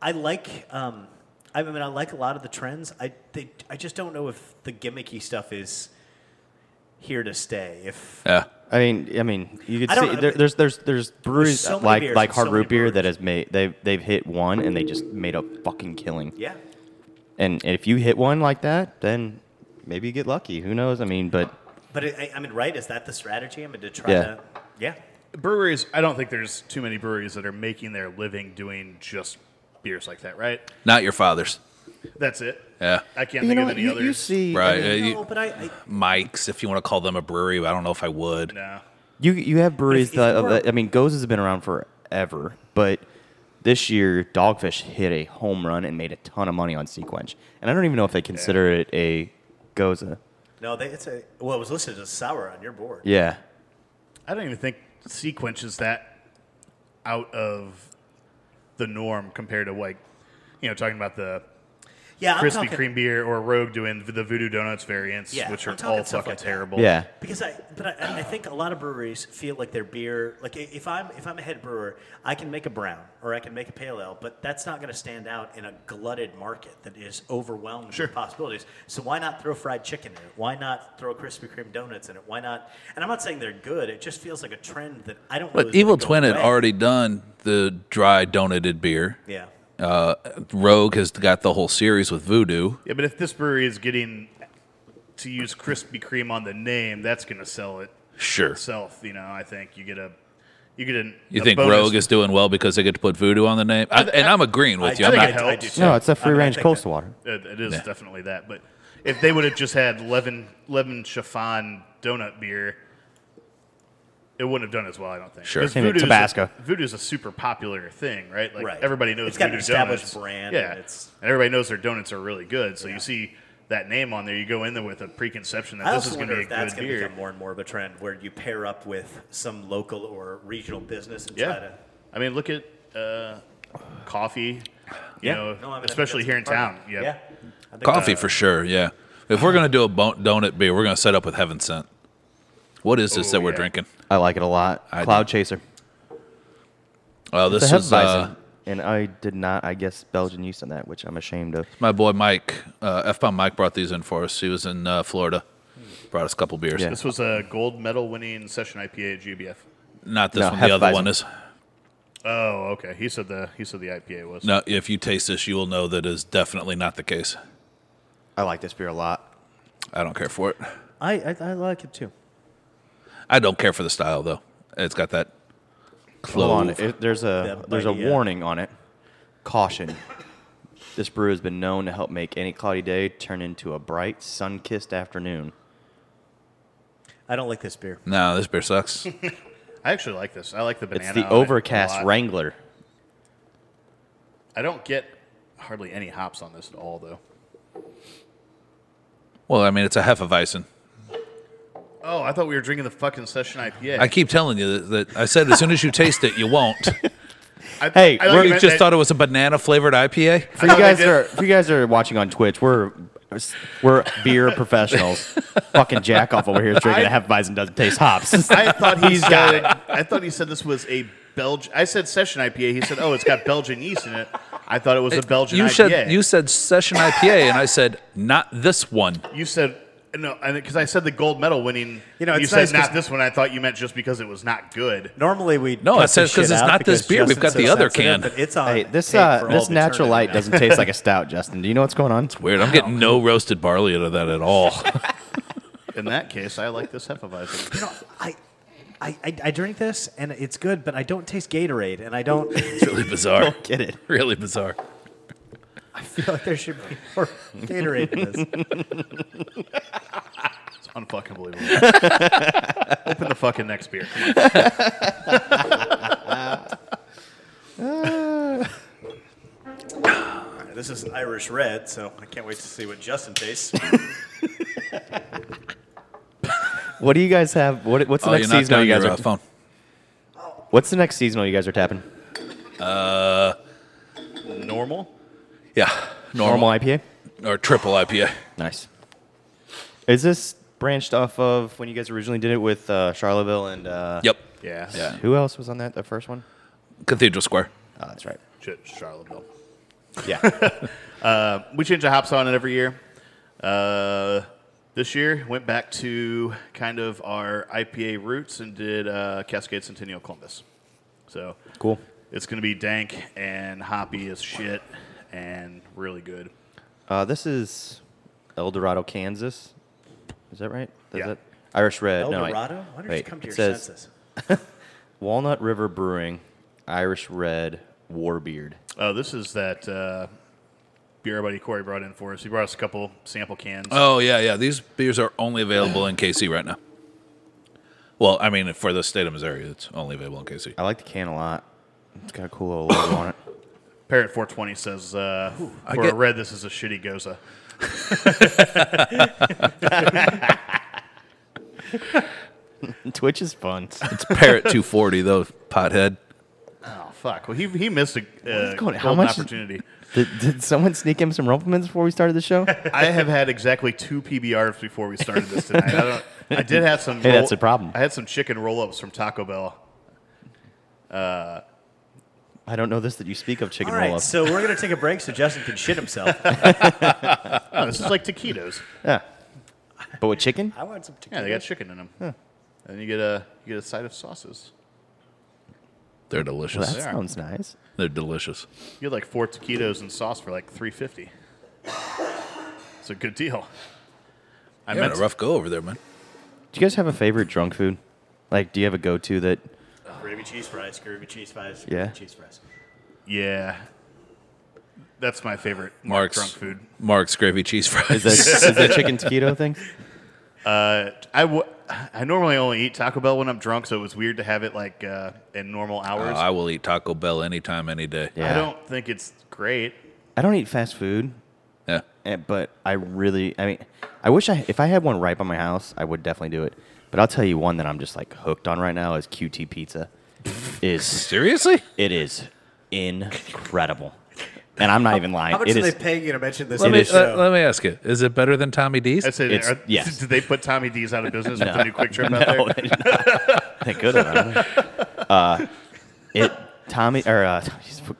S3: I like. Um, I mean, I like a lot of the trends. I they, I just don't know if the gimmicky stuff is here to stay. If
S2: Yeah.
S1: I mean, I mean, you
S3: I
S1: could
S3: don't
S1: see
S3: know.
S1: there, there's there's there's breweries
S3: so many
S1: like
S3: beers
S1: like
S3: and
S1: hard
S3: so many
S1: root beer that
S3: brewers.
S1: has made they've they've hit one and they just made a fucking killing.
S3: yeah,
S1: And if you hit one like that, then maybe you get lucky. Who knows? I mean, but
S3: but it, I, I mean, right? Is that the strategy? I mean, to try
S1: Yeah.
S3: to yeah.
S4: Breweries, I don't think there's too many breweries that are making their living doing just beers like that, right?
S2: Not your father's.
S4: That's it.
S2: Yeah.
S4: I can't think of any
S1: you,
S4: others.
S1: see,
S2: Right. uh,
S3: No,
S2: you-
S3: but I, I
S2: Mike's, if you want to call them a brewery, but I don't know if I would.
S4: no.
S1: You you have breweries
S3: if
S1: that,
S3: you were-
S1: I mean, Goes has been around forever, but this year Dogfish hit a home run and made a ton of money on Sequench, and I don't even know if they consider it a Goza.
S3: no. They, it's a well. It was listed as sour on your board.
S1: Yeah,
S4: I don't even think Sequench is that out of the norm compared to like, you know, talking about the
S3: Yeah, I'm
S4: Krispy
S3: talking-
S4: Kreme beer or Rogue doing the Voodoo Donuts variants,
S3: Yeah,
S4: which
S3: I'm
S4: are
S3: talking
S4: all
S3: stuff
S4: fucking
S3: like that.
S4: terrible.
S1: yeah.
S3: Because I, but I, I think a lot of breweries feel like their beer, like i- if I'm if I'm a head brewer, I can make a brown or I can make a pale ale, but that's not going to stand out in a glutted market that is overwhelmed
S4: Sure.
S3: with possibilities. So why not throw fried chicken in it? Why not throw Krispy Kreme donuts in it? Why not? And I'm not saying they're good. It just feels like a trend that I don't. know
S2: But
S3: is gonna
S2: Evil
S3: go
S2: Twin had
S3: away.
S2: already done the dry donated beer.
S3: Yeah.
S2: Uh, Rogue has got the whole series with Voodoo.
S4: Yeah, but if this brewery is getting to use Krispy Kreme on the name, that's going to sell it
S2: Sure.
S4: itself. You know, I think you get a you get an
S2: You
S4: a
S2: think
S4: bonus.
S2: Rogue is doing well because they get to put Voodoo on the name? I, and I'm agreeing with you.
S4: I
S2: I'm
S4: think
S2: not,
S4: it helps.
S1: No, it's a
S3: I mean, I
S1: free range
S3: think
S1: coastal
S3: that-
S1: water.
S4: It, Uh, it is
S2: Yeah.
S4: definitely that. But if they would have just had lemon lemon chiffon donut beer, it wouldn't have done as well. I don't think.
S2: Sure.
S4: Because
S1: Same with
S4: Voodoo's a-
S1: Tabasco.
S4: Voodoo's a super popular thing, right? Like
S3: Right.
S4: everybody knows
S3: It's got an
S4: Voodoo
S3: established
S4: donuts.
S3: brand,
S4: Yeah,
S3: and it's-
S4: And everybody knows their donuts are really good. So you see that name on there, you go in there with a preconception
S3: I
S4: that this
S3: also
S4: is going to
S3: wonder
S4: be a
S3: if that's
S4: good
S3: going to
S4: beer.
S3: become more and more of a trend where you pair up with some local or regional business and try
S4: Yeah.
S3: to.
S4: I mean, look at uh, coffee. You
S1: Yeah.
S4: know,
S3: No, I mean, I think
S4: especially
S3: that's
S4: here in
S3: part of
S4: town.
S3: it.
S4: Yeah.
S3: I think
S2: coffee
S3: that's-
S2: for sure, yeah. If we're going to do a bon- donut beer, we're going to set up with Heaven Sent. What is this
S4: Oh,
S2: that we're
S4: yeah.
S2: drinking?
S1: I like it a lot.
S2: I
S1: Cloud
S2: do.
S1: Chaser.
S2: Oh,
S1: It's
S2: this
S1: a
S2: is uh,
S1: Hefeweizen, and I did not. I guess Belgian yeast on that, which I'm ashamed of.
S2: my boy Mike. Uh, F Bomb Mike brought these in for us. He was in uh, Florida, brought us a couple beers.
S1: Yeah.
S4: This was a gold medal winning session IPA at GBF.
S2: Not this
S1: No,
S2: one. The other
S1: Hefeweizen.
S2: one is.
S4: Oh, okay. He said the he said the IPA was.
S2: No, if you taste this, you will know that is definitely not the case.
S1: I like this beer a lot.
S2: I don't care for it.
S3: I, I, I like it too.
S2: I don't care for the style though. It's got that
S1: Hold on,
S2: clove.
S1: it- there's a
S3: That
S1: there's a
S3: might- yeah.
S1: warning on it. Caution. This brew has been known to help make any cloudy day turn into a bright, sun-kissed afternoon.
S3: uh, I don't like this beer.
S2: No, this
S1: [LAUGHS]
S2: beer sucks.
S4: I actually like this. I like the banana.
S1: It's
S4: on
S1: the
S4: it a
S1: Overcast
S4: lot.
S1: Wrangler.
S4: I don't get hardly any hops on this at all, though.
S2: well, I mean, it's a Hefeweizen.
S4: Oh, I thought we were drinking the fucking session IPA.
S2: I keep telling you that, that I said as soon as you taste it, you won't.
S4: I,
S1: Hey,
S4: I thought
S1: we're-
S4: you
S2: You
S4: meant
S2: just
S4: that-
S2: thought it was a banana flavored IPA.
S1: For you
S4: thought they
S1: guys
S4: did-
S1: that are for you guys that are watching on Twitch, we're we're beer professionals. Fucking jack off over here drinking a
S4: I-
S1: half bison doesn't taste hops.
S4: I thought he
S1: He's
S4: said,
S1: got
S4: I thought he said this was a Belgian. I said session IPA. He said, "Oh, it's got Belgian yeast in it." I thought it was a Belgian
S2: you
S4: IPA.
S2: said you said session IPA, and I said not this one.
S4: You said no, because I said the gold medal winning.
S3: You know,
S4: you
S3: it's
S4: said
S3: nice 'cause-
S4: not this one. I thought you meant just because it was not good.
S3: Normally we
S2: No,
S3: cut
S2: it says
S3: this
S2: 'cause
S3: shit
S2: it's
S3: out
S2: not this
S3: because
S2: beer. We've
S3: Justin's
S2: got the
S3: so
S2: other
S3: sensitive,
S2: can.
S3: but it's on
S1: Hey, this
S3: tape
S1: uh,
S3: for all
S1: this
S3: to
S1: natural
S3: turn
S1: light
S3: in.
S1: doesn't taste like a stout, Justin. Do you know what's going on?
S2: Weird. I'm getting no roasted barley out of that at all.
S4: In that case, I like this Hefeweizen.
S3: You know, I, I, I, I drink this and it's good, but I don't taste Gatorade, and I don't [LAUGHS] I
S2: really bizarre.
S1: Get it?
S2: Really bizarre.
S3: feel like there should be more Gatorade in this.
S4: It's unfucking believable. [LAUGHS] Open the fucking next beer. Come on.
S3: This is Irish Red, so I can't wait to see what Justin tastes.
S1: What do you guys have? What, what's the
S2: Oh,
S1: next
S2: you're not
S1: seasonal
S2: down
S1: you guys
S2: your
S1: are?
S2: uh, phone.
S1: What's the next seasonal you guys are tapping?
S4: Normal.
S2: Yeah, normal.
S1: Normal IPA.
S2: or triple IPA.
S1: Nice. Is this branched off of when you guys originally did it with uh, Charleville and? Uh,
S2: Yep.
S4: Yeah.
S2: Yeah.
S1: Who else was on that? The first one.
S2: Cathedral Square.
S1: Oh, that's right.
S4: Shit, Charlottesville. [LAUGHS] Uh,
S1: Yeah.
S4: We change the hops on it every year. Uh, this year, went back to kind of our IPA roots and did uh, Cascade Centennial Columbus. So
S1: cool.
S4: it's going to be dank and hoppy as shit and really good.
S1: Uh, this is El Dorado, Kansas. Is that right? Is
S4: Yeah.
S1: that- Irish Red.
S3: El
S1: no, I-
S3: Dorado? Why don't you
S1: wait,
S3: come to
S1: it
S3: your
S1: says
S3: senses?
S1: Walnut River Brewing, Irish Red Warbeard.
S4: Oh, this is that uh, beer our buddy Corey brought in for us. He brought us a couple sample cans.
S2: Oh yeah, yeah. These beers are only available in KC right now. Well, I mean, for the state of Missouri, it's only available in KC.
S1: I like the can a lot. It's got a cool little logo on it.
S4: Parrot 420 says, uh,
S2: I
S4: for
S2: get-
S4: a red, this is a shitty Goza.
S1: [COUGHS] Twitch is fun.
S2: It's Parrot 240 though, pothead.
S4: Oh, fuck. Well, he, he missed a uh,
S1: going- how
S4: golden
S1: much-
S4: opportunity.
S1: did, did someone sneak him some rumplements before we started the [LAUGHS] show? hey,
S4: [LAUGHS] I have had exactly two PBRs before we started this tonight. I, don't, I did have
S1: [LAUGHS]
S4: some.
S1: Hey, that's a problem.
S4: I had some chicken roll ups from Taco Bell.
S1: I don't know this that you speak of chicken
S3: All
S1: roll
S3: right,
S1: up.
S3: so we're going to take a break so Justin can shit himself.
S1: [LAUGHS]
S4: Oh, this is like taquitos.
S1: yeah. But with chicken?
S3: I want some
S4: Yeah,
S3: tequila.
S4: they got chicken in them. And you get a you get a side of sauces.
S2: They're
S1: Well,
S2: delicious.
S1: that sounds nice.
S2: They're delicious.
S4: You get like four taquitos and sauce for like three fifty. It's a good deal. I
S2: I had a rough go over there, man.
S1: Do you guys have a favorite drunk food? Like, do you have a go to
S3: [LAUGHS]
S1: that?
S3: Gravy cheese fries, gravy cheese fries,
S1: Yeah.
S3: gravy cheese fries.
S4: Yeah. That's my favorite
S2: Mark's
S4: drunk food.
S2: Mark's gravy cheese fries.
S1: Is
S2: [LAUGHS]
S1: that, is that chicken taquito thing?
S4: Uh, I, w- I normally only eat Taco Bell when I'm drunk, so it was weird to have it like uh, in normal
S2: Oh,
S4: hours.
S2: I will eat Taco Bell anytime, any day.
S1: Yeah.
S4: I don't think it's great.
S1: I don't eat fast food,
S2: Yeah.
S1: eh, but I really, I mean, I wish I, if I had one right by my house, I would definitely do it. But I'll tell you one that I'm just like hooked on right now is QT Pizza. is
S2: Seriously?
S1: It is incredible. And I'm not even lying.
S3: How much
S1: It
S3: are
S1: is-
S3: they paying you to mention this
S2: Let
S3: on
S2: me,
S3: the
S2: let,
S3: show?
S2: let me ask you. Is it better than Tommy D's?
S4: I said,
S1: It's-
S4: are,
S1: yes.
S4: [LAUGHS] did they put Tommy D's out of business with the new quick trip
S1: [LAUGHS]
S4: out
S1: no,
S4: there?
S1: they did not. They could have. I don't know. Uh, it Tommy or uh,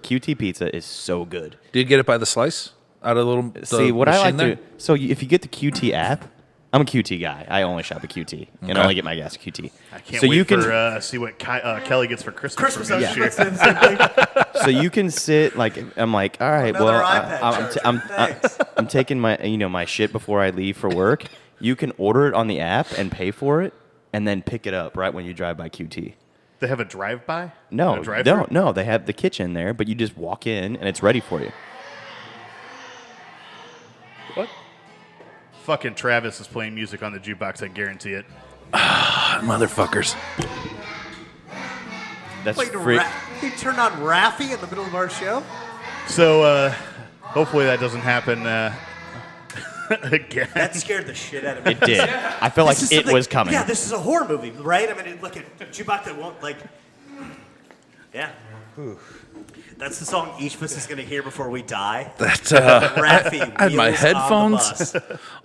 S1: QT Pizza is so good.
S2: Do you get it by the slice? Out of the little the
S1: See what I
S2: machine
S1: like
S2: there?
S1: to. So you- if you get the QT app, I'm a QT guy. I only shop at QT and
S2: Okay.
S1: only get my gas at QT.
S4: I can't
S1: so
S4: wait
S1: you can
S4: for, uh, see what Ki- uh, Kelly gets for Christmas.
S3: Christmas,
S4: from
S3: I
S4: me
S3: was
S4: this
S3: just
S4: year.
S3: about to say the same
S1: [LAUGHS]
S3: thing.
S1: so you can sit like I'm like all right
S3: Another
S1: well
S3: iPad
S1: I, am
S3: charger.
S1: I'm,
S3: Thanks.
S1: I'm taking my you know my shit before I leave for work. You can order it on the app and pay for it and then pick it up right when you drive by QT.
S4: They have a drive-by?
S1: No,
S4: A drive
S1: no, no. They have the kitchen there, but you just walk in and it's ready for you.
S4: What? Fucking Travis is playing music on the jukebox. I guarantee it.
S2: Motherfuckers.
S1: That's
S3: Like,
S1: free.
S3: Ra- he turned on Raffy in the middle of our show?
S4: So uh, hopefully that doesn't happen uh, [LAUGHS] again.
S1: [LAUGHS]
S3: That scared the shit out of me.
S1: It did. I felt like
S3: This is
S1: it
S3: something-
S1: was coming.
S3: Yeah, this is a horror movie, right? I mean, it- look at Chewbacca won't like. Yeah. That's the song each of us is going to hear before we die.
S2: That uh,
S3: Raffy.
S2: I had my
S3: wheels on the
S2: headphones.
S3: bus.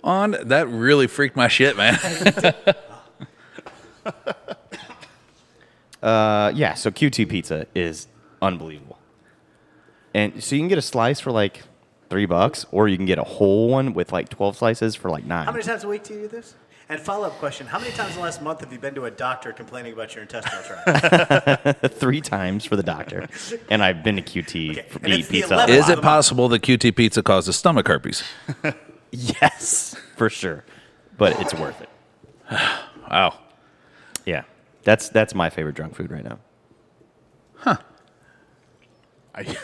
S2: on that really freaked my shit, man.
S1: Uh, yeah. So QT pizza is unbelievable, and so you can get a slice for like three bucks, or you can get a whole one with like twelve slices for like nine.
S3: How many times a week do you do this? And follow up question: How many times in the last month have you been to a doctor complaining about your intestinal [LAUGHS] tract?
S1: three times for the
S3: [LAUGHS]
S1: doctor, and I've been to QT
S3: Okay,
S1: for
S3: and
S1: eat
S3: it's the
S1: pizza.
S2: [LAUGHS]
S3: 11th.
S2: Is it possible that QT pizza causes stomach herpes?
S1: Yes, for sure, but it's worth it.
S2: Wow.
S1: Yeah, that's that's my favorite junk food right now.
S4: I, [LAUGHS]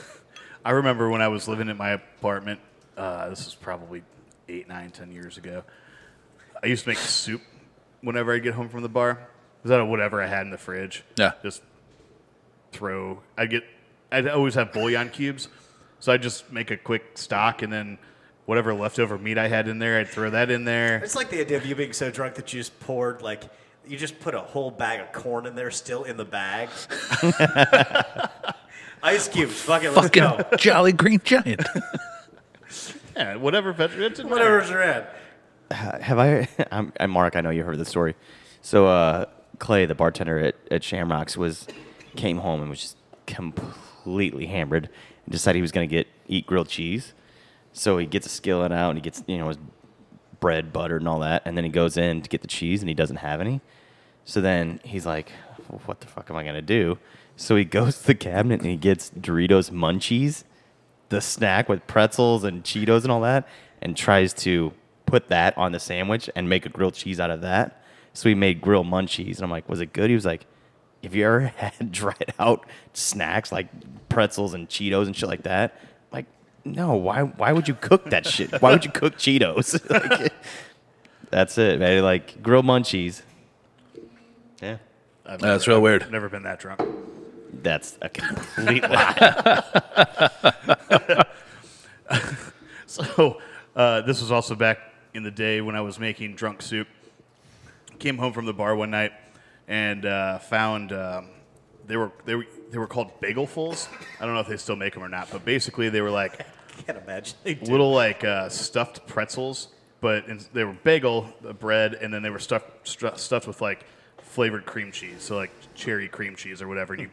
S4: I remember when I was living in my apartment. Uh, this is probably eight, nine, ten years ago. I used to make soup whenever I get home from the bar. It was out of whatever I had in the fridge.
S2: Yeah.
S4: Just throw. I get. I'd always have bouillon cubes, so I'd just make a quick stock and then whatever leftover meat I had in there, I'd throw that in there.
S3: it's like the idea of you being so drunk that you just poured like you just put a whole bag of corn in there, still in the bag. [LAUGHS] Ice cubes, fuck it, let's
S2: [LAUGHS] Fucking [LAUGHS]
S3: go.
S2: Jolly Green Giant.
S4: Yeah, whatever veteran. It didn't matter.
S3: Whatever's red.
S1: Have I? [LAUGHS] I'm, I'm Mark. I know you heard the story. So uh, Clay, the bartender at, at Shamrocks, was came home and was just completely hammered and decided he was going to get eat grilled cheese. So he gets a skillet out and he gets you know his bread, butter, and all that, and then he goes in to get the cheese and he doesn't have any. So then he's like, "What the fuck am I going to do?" So he [LAUGHS] goes to the cabinet and he gets Doritos Munchies the snack with pretzels and Cheetos and all that, and tries to put that on the sandwich and make a grilled cheese out of that. So he made grilled munchies, and I'm like, was it good? He was like, have you ever [LAUGHS] had dried out snacks like pretzels and Cheetos and shit like that? I'm like, no. Why? Why would you cook that shit? Why would you cook Cheetos? [LAUGHS] Like, that's it, man. Like grilled munchies. Yeah,
S4: I've
S2: That's
S4: never-
S2: real weird.
S4: I've Never been that drunk.
S1: that's a complete lie.
S4: So uh, this was also back in the day when I was making drunk soup. Came home from the bar one night and uh, found um, they were they were they were called bagelfuls. I don't know if they still make them or not, but basically they were like
S3: Can't imagine they do.
S4: little like uh, stuffed pretzels, but in, they were bagel uh, bread, and then they were stuffed stru- stuffed with like flavored cream cheese, so like cherry cream cheese or whatever. And you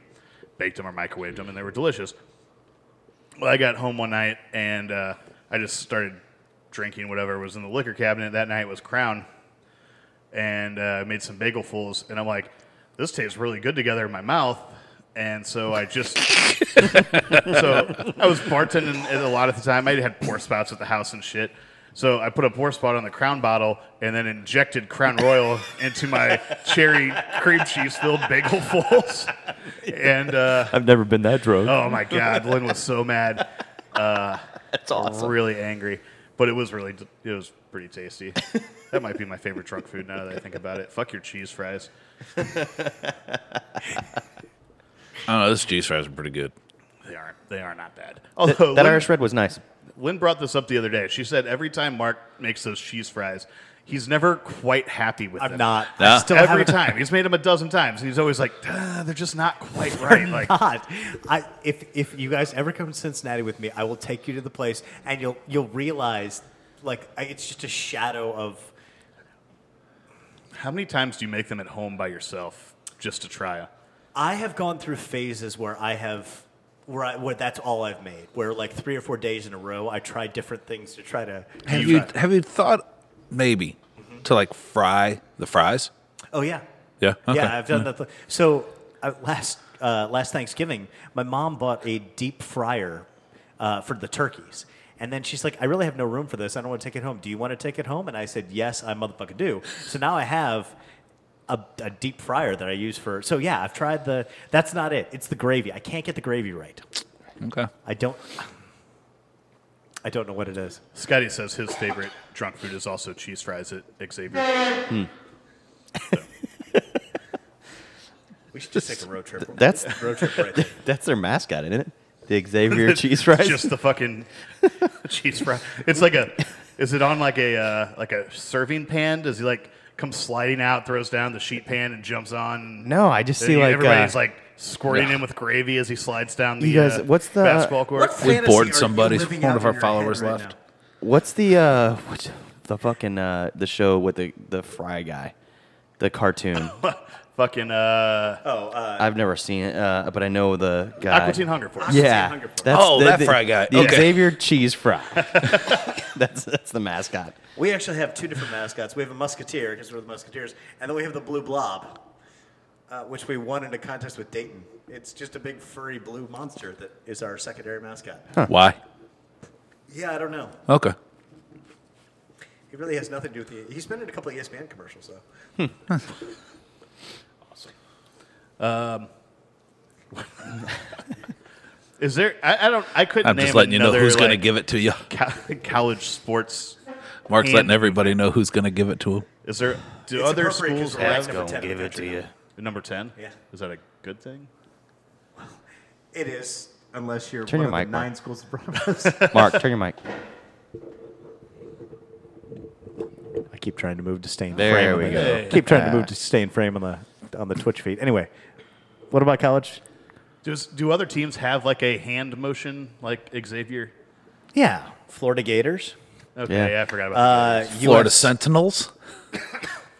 S4: baked them or microwaved them, and they were delicious. Well, I got home one night and uh, I just started drinking whatever was in the liquor cabinet. That night was Crown, and uh, made some bagel fools, and I'm like, this tastes really good together in my mouth. And so I just so I was bartending and a lot of the time. I had pour spouts at the house and shit. So I put a pour spout on the Crown bottle and then injected Crown Royal [LAUGHS] into my cherry cream cheese filled bagel [LAUGHS] fulls. And uh,
S1: I've never been that drunk.
S4: oh my god, Lynn was so mad, Uh,
S1: that's
S4: really angry. But it was really, it was pretty tasty. That might be my favorite drunk food now that I think about it. Fuck your cheese fries.
S2: I don't know. This cheese fries are pretty good.
S4: They aren't. They are not bad.
S1: That,
S4: Although
S1: that
S4: Lynn-
S1: Irish red was nice.
S4: Lynn brought this up the other day. She said every time Mark makes those cheese fries, he's never quite happy with them.
S3: I'm not.
S2: Nah.
S3: I still
S4: every
S3: haven't-
S4: time. He's made them a dozen times, and he's always like, "Ah, "They're just not quite right." Like,
S3: God, I, if if you guys ever come to Cincinnati with me, I will take you to the place, and you'll you'll realize like I, it's just a shadow of.
S4: how many times do you make them at home by yourself just to try? 'em?
S3: I have gone through phases where I have where I, where that's all I've made. Where like three or four days in a row, I try different things to try to.
S2: Have
S4: You
S2: you
S4: got-
S2: have you thought maybe to like fry the fries?
S3: Oh yeah.
S2: Yeah. Okay.
S3: Yeah, I've done that. th- So uh, last uh, last Thanksgiving, my mom bought a deep fryer uh, for the turkeys, and then she's like, "I really have no room for this. I don't want to take it home. Do you want to take it home?" And I said, "Yes, I motherfucking do." So now I have. A, a deep fryer that I use for so yeah I've tried the that's not it it's the gravy I can't get the gravy right
S2: Okay.
S3: I don't I don't know what it is
S4: Scotty says his favorite drunk food is also cheese fries at Xavier.
S3: we should just take a road trip
S1: That's
S4: [LAUGHS]
S3: road trip right there.
S1: [LAUGHS] That's their mascot, isn't it? The Xavier cheese fries.
S4: just the fucking cheese fry. It's like a. Is it on like a uh, like a serving pan? Does he like come sliding out, throws down the sheet pan, and jumps on?
S1: no, I just
S4: Then
S1: see
S4: you-
S1: like
S4: everybody's
S1: uh,
S4: like squirting in with gravy as he slides down the
S1: You guys-
S4: uh,
S1: what's the-
S4: basketball court.
S2: We fantasy bored are you somebody. living One out of in our your followers head right left.
S1: what's the uh what's the fucking uh the show with the the fry guy, the
S4: [LAUGHS]
S1: cartoon.
S4: Fucking uh,
S3: Oh, uh,
S1: I've never seen it, uh, but I know the guy.
S4: Aqua Teen Hunger Force.
S1: Yeah,
S3: Hunger Force.
S1: that's
S2: Oh,
S1: the,
S2: that
S1: the-
S2: fry guy.
S1: The
S2: Okay.
S1: Xavier cheese
S4: [LAUGHS]
S1: fry. [LAUGHS] that's that's the mascot.
S3: we actually have two different mascots. We have a musketeer because we're the musketeers, and then we have the blue blob, uh, which we won in a contest with Dayton. It's just a big furry blue monster that is our secondary mascot.
S2: Why?
S3: Yeah, I don't know.
S2: Okay.
S3: He really has nothing to do with the. He's been in a couple of E ESPN commercials though.
S4: Is there? I, I don't. I couldn't.
S2: I'm
S4: name
S2: just letting you know
S4: another,
S2: who's going to
S4: like,
S2: give it to you.
S4: co- [LAUGHS] college sports.
S2: Mark's letting
S4: and-
S2: everybody know who's going to give it to him.
S4: Is there? Do
S3: It's
S4: other
S3: appropriate 'cause we're
S4: schools have
S3: ranked number 10 in the country now.
S4: number ten?
S3: Yeah.
S4: Is that a good thing?
S3: It is
S5: Unless you're
S1: Turn
S5: one of
S1: your mic,
S5: the
S1: Mark.
S5: nine schools in front of us.
S1: Mark, turn your mic.
S3: [LAUGHS] I keep trying to move to
S1: [LAUGHS]
S3: stain
S1: There
S3: frame. on
S1: we
S3: the-
S1: go.
S3: Keep trying to move to stain frame on the on the Twitch feed. Anyway, what about college?
S4: Does do other teams have like a hand motion like Xavier?
S3: Yeah, Florida Gators.
S4: Okay,
S1: Yeah.
S4: yeah, I forgot about
S3: Uh,
S4: that.
S2: Florida Sentinels.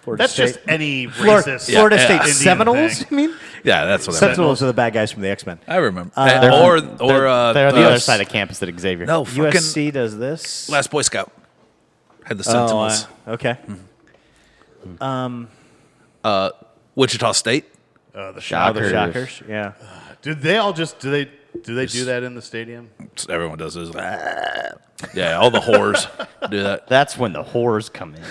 S3: Florida
S4: That's
S3: State.
S4: just any
S3: Flor-
S4: racist.
S3: Florida
S2: Yeah,
S3: State
S2: Indian
S3: Seminoles. You mean
S2: Yeah, that's what
S3: Sentinels are the bad guys from the X Men.
S2: I meant. I remember.
S1: Uh, They're on-
S2: or
S1: they're-
S2: or uh,
S1: they're on the other
S2: s-
S1: side of campus at Xavier.
S2: no Oh, fucking
S3: USC does this.
S2: last Boy Scout had the
S3: Oh, uh,
S2: Sentinels.
S3: okay.
S2: Wichita State.
S4: Oh, the shot.
S3: Oh, the
S1: Shockers.
S3: Shockers. Yeah.
S4: Did they all just do they do they do that in the stadium?
S2: Everyone does this.
S1: uh,
S2: yeah, all the whores do that.
S1: That's when the horrors come
S4: [LAUGHS]
S1: in.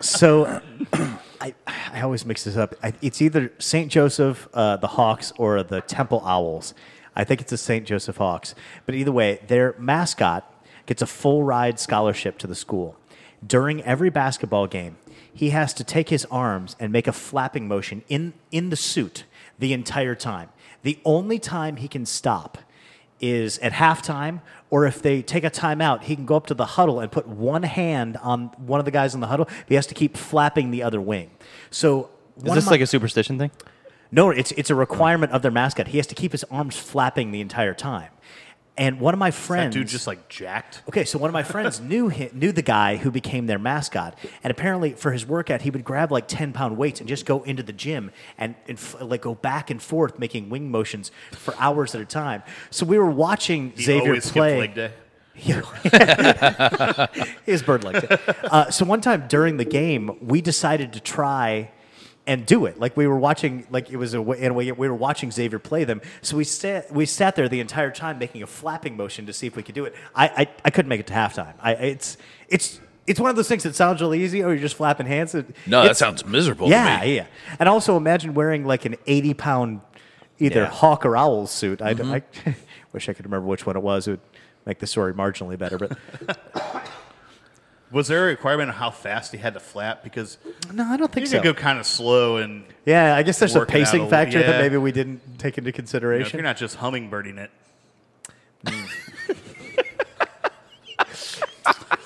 S3: So [CLEARS THROAT] I, I always mix this up. I, it's either St. Joseph, uh, the Hawks, or the Temple Owls. I think it's the St. Joseph Hawks. But either way, their mascot gets a full ride scholarship to the school. During every basketball game, he has to take his arms and make a flapping motion in, in the suit the entire time. The only time he can stop is at halftime, or if they take a timeout, he can go up to the huddle and put one hand on one of the guys in the huddle. But he has to keep flapping the other wing. So
S1: Is this like a superstition thing?
S3: no? It's it's a requirement of their mascot. He has to keep his arms flapping the entire time. And one of my
S4: That
S3: friends,
S4: dude just like jacked.
S3: Okay, so one of my
S4: [LAUGHS]
S3: friends knew him, knew the guy who became their mascot, and apparently for his workout, he would grab like ten pound weights and just go into the gym and, and f- like go back and forth making wing motions for hours at a time. So we were watching
S4: He
S3: Xavier
S4: always
S3: play.
S4: skipped leg day.
S3: [LAUGHS] His bird liked it. Uh, so one time during the game, we decided to try and do it. Like we were watching, like it was a way, and we, we were watching Xavier play them. So we sat, we sat there the entire time making a flapping motion to see if we could do it. I, I, I couldn't make it to halftime. I, it's, it's, it's one of those things that sounds really easy. Oh, you're just flapping hands. It-
S2: No, that
S3: it's-
S2: sounds miserable.
S3: Yeah,
S2: to me.
S3: yeah. And also imagine wearing like an 80 pound either
S1: Yeah.
S3: hawk or owl suit. I, I [LAUGHS] wish I could remember which one it was. It would make the story marginally better, but.
S4: Was there a requirement on how fast he had to flap? Because
S3: [LAUGHS] No, I don't think
S4: you
S3: so.
S4: could go kind of slow, and you
S3: Yeah, I guess there's a
S4: work it out a
S3: pacing
S4: little-
S3: factor that
S4: yeah.
S3: maybe we didn't take into
S4: know, if
S3: consideration.
S4: you're not just hummingbirding it.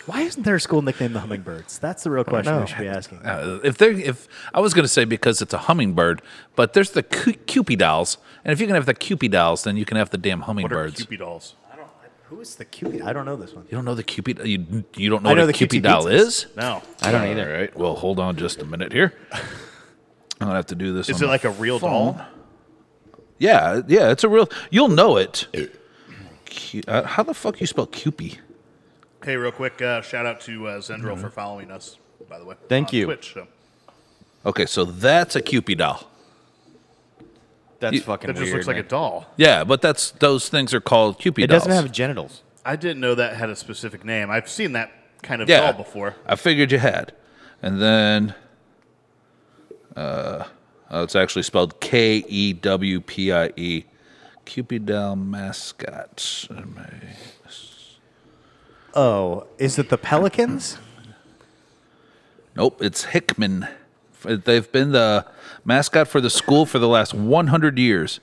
S3: Why isn't there a school nicknamed the Hummingbirds? That's the real question we should be asking.
S2: Uh, if they if I was going to say because it's a hummingbird, but there's the cu- Cupid dolls, and if you can have the Cupid dolls, then you can have the damn
S4: What are
S2: hummingbirds.
S4: Cupid dolls?
S3: Who is the Cupid? I don't know this one.
S2: You don't know the Cupid? You you don't know
S3: I
S2: what
S3: know
S2: a
S3: the
S2: Cupid
S3: cutesy
S2: doll
S3: pizzas.
S2: is?
S4: No.
S1: I don't either.
S2: All right. Well, hold on just a minute here. I'm gonna have to do this.
S4: Is
S2: on the
S4: it like a real
S2: phone.
S4: doll?
S2: Yeah, yeah. It's a real. You'll know it. Cu- uh, how the fuck you spell Cupid?
S4: Hey, real quick, uh, shout out to uh, Zendril for following us. By the way,
S1: Thank
S4: on
S1: you.
S4: Twitch, so.
S2: Okay, so that's a Cupid doll.
S1: That's
S2: You-
S1: fucking
S4: That just
S1: weird.
S4: looks like
S1: man.
S4: a doll.
S2: Yeah, but that's those things are called Cupid
S1: It
S2: dolls.
S1: doesn't have genitals.
S4: I didn't know that had a specific name. I've seen that kind of
S2: yeah,
S4: doll before.
S2: I figured you had. And then uh, oh, it's actually spelled K E W P I E. Cupid doll mascot.
S3: Oh, is it the [LAUGHS] Pelicans?
S2: Nope, it's Hickman. They've been the mascot for the school for the last 100 years.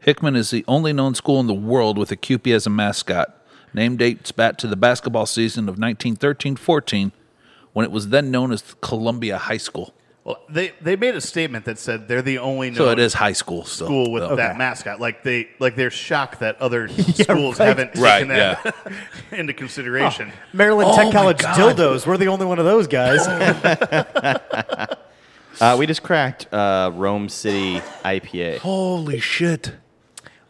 S2: Hickman is the only known school in the world with a Cupid as a mascot. Name dates back to the basketball season of 1913-14, when it was then known as Columbia High School.
S4: Well, they they made a statement that said they're the only known
S2: So it is high school. So,
S4: school with
S2: so-
S3: Oh,
S4: that mascot. Like they like they're shocked
S3: [LAUGHS]
S4: that other schools
S3: right.
S4: haven't
S2: Right,
S4: taken that [LAUGHS] into consideration.
S3: Maryland
S2: Oh my
S3: Tech College
S2: God.
S3: dildos. We're the only one of those guys. [LAUGHS]
S1: Uh, we just cracked uh, Rome City IPA.
S2: Holy shit!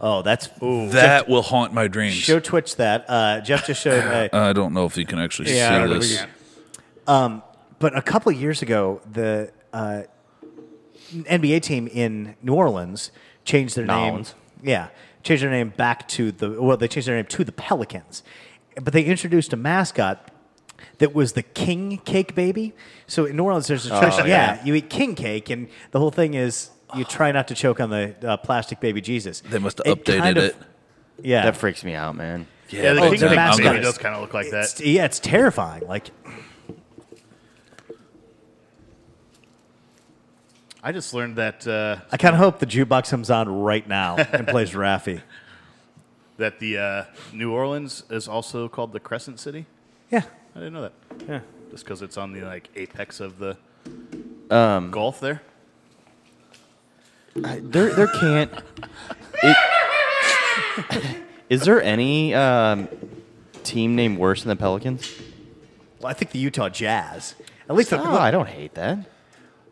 S3: oh, that's
S2: That will haunt my dreams.
S3: show Twitch that. Uh, Jeff just [LAUGHS] showed. Uh,
S2: I don't know if you can actually
S3: Yeah, I don't
S2: see
S3: know if we
S2: this.
S4: can.
S3: but a couple of years ago, the uh, NBA team in New Orleans changed their
S1: New
S3: name.
S1: Orleans.
S3: Yeah, changed their name back to the well, they changed their name to the Pelicans, but they introduced a mascot that was the king cake baby. So in New Orleans, there's a tradition. yeah.
S1: yeah.
S3: you eat king cake, and the whole thing is you try not to choke on the uh, plastic baby Jesus.
S2: They must have
S3: It
S2: updated
S3: kind of-
S2: it.
S3: Yeah,
S1: That freaks me out, man.
S4: Yeah, the
S3: Oh,
S4: King
S3: their
S4: Cake
S3: mascot
S4: Baby
S3: is-
S4: does kind of look like that.
S3: It's, yeah, it's terrifying. Like
S4: I just learned that uh,
S3: I kind of hope the jukebox comes on right now and plays Raffi.
S4: that the uh, New Orleans is also called the Crescent City.
S3: Yeah.
S4: I didn't know that.
S3: Yeah.
S4: Just because it's on the like apex of the
S3: Um,
S4: Gulf there.
S1: There, there can't. It, is there any um, team name worse than the Pelicans?
S5: Well, I think the Utah Jazz. At least, the,
S1: Oh, I don't hate that.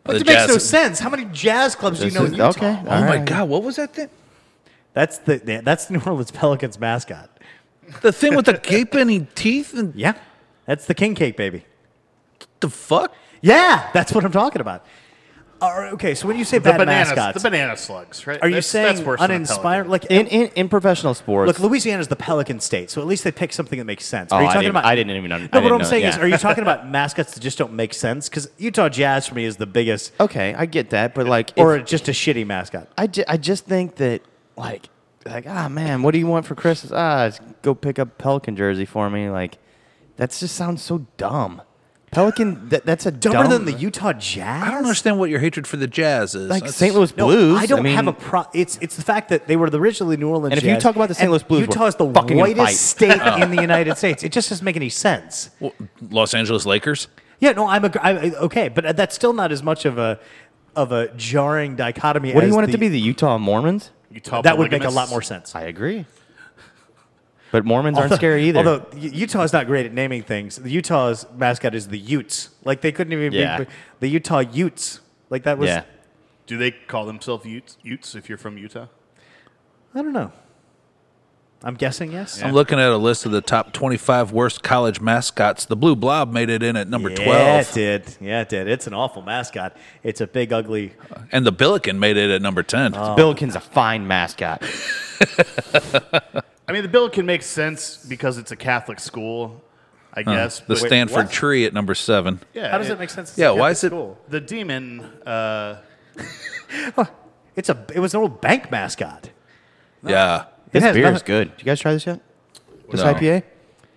S5: but
S2: The
S5: it makes no
S2: Jazz-
S5: sense. How many jazz clubs do you
S1: This
S5: know in
S1: is-
S5: Utah?
S1: okay.
S2: Oh
S1: All
S2: my
S1: right.
S2: God, what was that thing?
S3: That's the that's New Orleans Pelicans mascot.
S2: The thing with the gaping teeth and
S3: Yeah, that's the king cake baby.
S2: the fuck?
S3: Yeah, that's what I'm talking about. All right, okay, so when you say
S4: The
S3: bad
S4: bananas,
S3: mascots,
S4: the banana slugs, right?
S3: are you
S4: That's-
S3: saying
S4: that's worse than the
S3: uninspired?
S4: Pelican.
S3: Like,
S1: In in, in professional sports,
S3: look, Louisiana's the Pelican state, so at least they pick something that makes sense.
S1: Oh,
S3: are you
S1: I
S3: talking
S1: didn't-
S3: about?
S1: I didn't even un-
S3: No,
S1: I
S3: what
S1: didn't
S3: I'm
S1: know-
S3: saying is,
S1: yeah.
S3: are
S1: [LAUGHS]
S3: you talking about mascots that just don't make sense? Because Utah Jazz for me is the biggest,
S1: okay, I get that, but like, if-
S3: or just a shitty mascot.
S1: I, ju- I just think that like like ah man, what do you want for Christmas? Ah, it's- go pick up Pelican jersey for me. Like that just sounds so dumb. Pelican that, that's a
S3: Dumber
S1: dumb,
S3: than the Utah Jazz.
S2: I don't understand what your hatred for the Jazz is.
S1: like
S2: That's-
S1: St. Louis
S3: No,
S1: Blues.
S3: I don't
S1: mean,
S3: have a pro. It's it's the fact that they were originally New Orleans.
S1: And if you
S3: Jazz,
S1: talk about the St.
S3: and
S1: Louis Blues, we're
S3: Utah is the
S1: fucking gonna fight.
S3: whitest state in
S1: [LAUGHS]
S3: the United States. It just doesn't make any sense.
S2: Well, Los Angeles Lakers.
S3: Yeah, no, I'm, ag- I'm okay, but that's still not as much of a of a jarring dichotomy.
S1: What do
S3: as
S1: you want it
S3: the, Oh,
S1: to be? The Utah Mormons?
S4: Utah
S3: That would make a
S4: polygamists?
S3: lot more sense.
S1: I agree. But Mormons aren't
S3: Although-
S1: scary either.
S3: Although U- Utah's not great at naming things. The Utah's mascot is the Utes. Like they couldn't even
S1: Yeah.
S3: be the Utah Utes. Like that was
S1: yeah.
S4: Do they call themselves Utes, Utes if you're from Utah?
S3: I don't know. I'm guessing yes.
S2: I'm looking at a list of the top 25 worst college mascots. The Blue Blob made it in at number
S3: Yeah, it
S2: 12,
S3: did. Yeah, it did. It's an awful mascot. It's a big, ugly.
S2: and the Billiken made it at number 10.
S3: Oh.
S1: Billiken's a fine mascot.
S4: I mean, the bill can make sense because it's a Catholic school, I guess.
S2: the
S4: but-
S2: Stanford
S3: what?
S2: Tree at number 7.
S4: Yeah,
S3: How does that make sense? It's
S2: Yeah,
S3: a
S2: why
S3: Catholic
S2: is it-
S3: school.
S4: The demon. Uh,
S3: It's a. It was an old bank mascot.
S2: Yeah.
S1: This
S3: has
S1: beer is
S3: nothing-
S1: good. Did you guys try this yet? This
S2: No.
S1: IPA?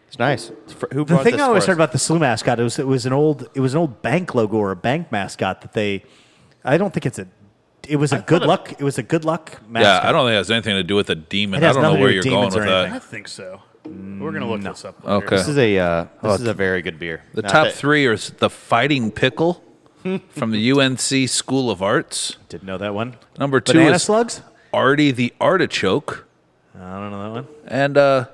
S1: It's nice. It's fr- who
S3: The
S1: brought
S3: thing
S1: this
S3: I
S1: for
S3: always
S1: us?
S3: heard about the SLU mascot it was it was an old it was an old bank logo or a bank mascot that they. I don't think it's a. It was a good
S4: it-
S3: luck. It was a good luck mascot.
S2: Yeah, I don't think it has anything to do with a demon.
S3: It
S2: I
S3: has
S2: don't know
S3: nothing to
S2: where
S3: do
S2: you're
S3: with
S2: going
S3: demons or
S2: with that.
S4: I think so. We're gonna look this up.
S2: Okay.
S1: This is a uh, this is a very good beer.
S2: The
S1: Not
S2: top
S1: that-
S2: three are s- the Fighting
S3: [LAUGHS]
S2: Pickle from the UNC School of Arts.
S3: Didn't know that one.
S2: Number two
S3: Banana
S2: is
S3: slugs.
S2: Artie the Artichoke.
S3: I don't know that one.
S2: And uh,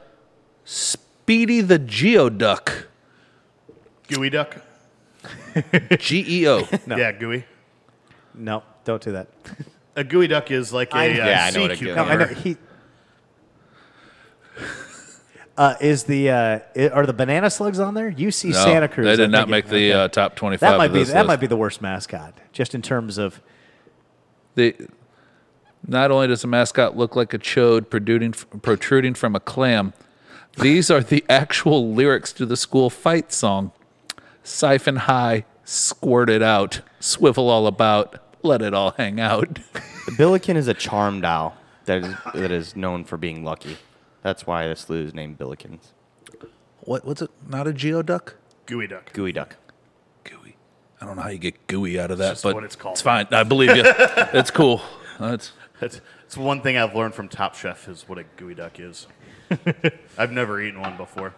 S2: Speedy the
S3: [LAUGHS]
S2: Geoduck.
S4: Gooey duck.
S2: G E O.
S4: Yeah, gooey.
S3: No, don't do that.
S4: A gooey duck is like a
S3: I-
S4: uh,
S1: Yeah, I know
S4: sea
S1: what a gooey
S4: cucumber.
S3: No, I know he. [LAUGHS] Uh, is the uh, i- are the banana slugs on there? UC
S2: No,
S3: Santa Cruz.
S2: They
S3: I
S2: did not
S3: think it-
S2: make the
S3: okay.
S2: uh, top 25.
S3: that might
S2: of
S3: be
S2: this
S3: that might be the worst mascot, just in terms of
S2: list. The, not only does the mascot look like a chode protruding, protruding from a clam, these are the actual lyrics to the school fight song Siphon high, squirt it out, swivel all about, let it all hang out.
S1: Billiken is a charm doll that is that is known for being lucky. That's why this slew is named Billiken.
S2: What, what's it? Not a geoduck?
S4: Gooey duck.
S1: Gooey duck.
S2: Gooey. I don't know how you get gooey out of that,
S4: just
S2: but
S4: what it's called.
S2: it's fine. I believe you.
S4: [LAUGHS]
S2: it's cool. That's
S4: That's, that's one thing I've learned from Top Chef is what a gooey
S3: [LAUGHS]
S4: duck is. I've never eaten one before.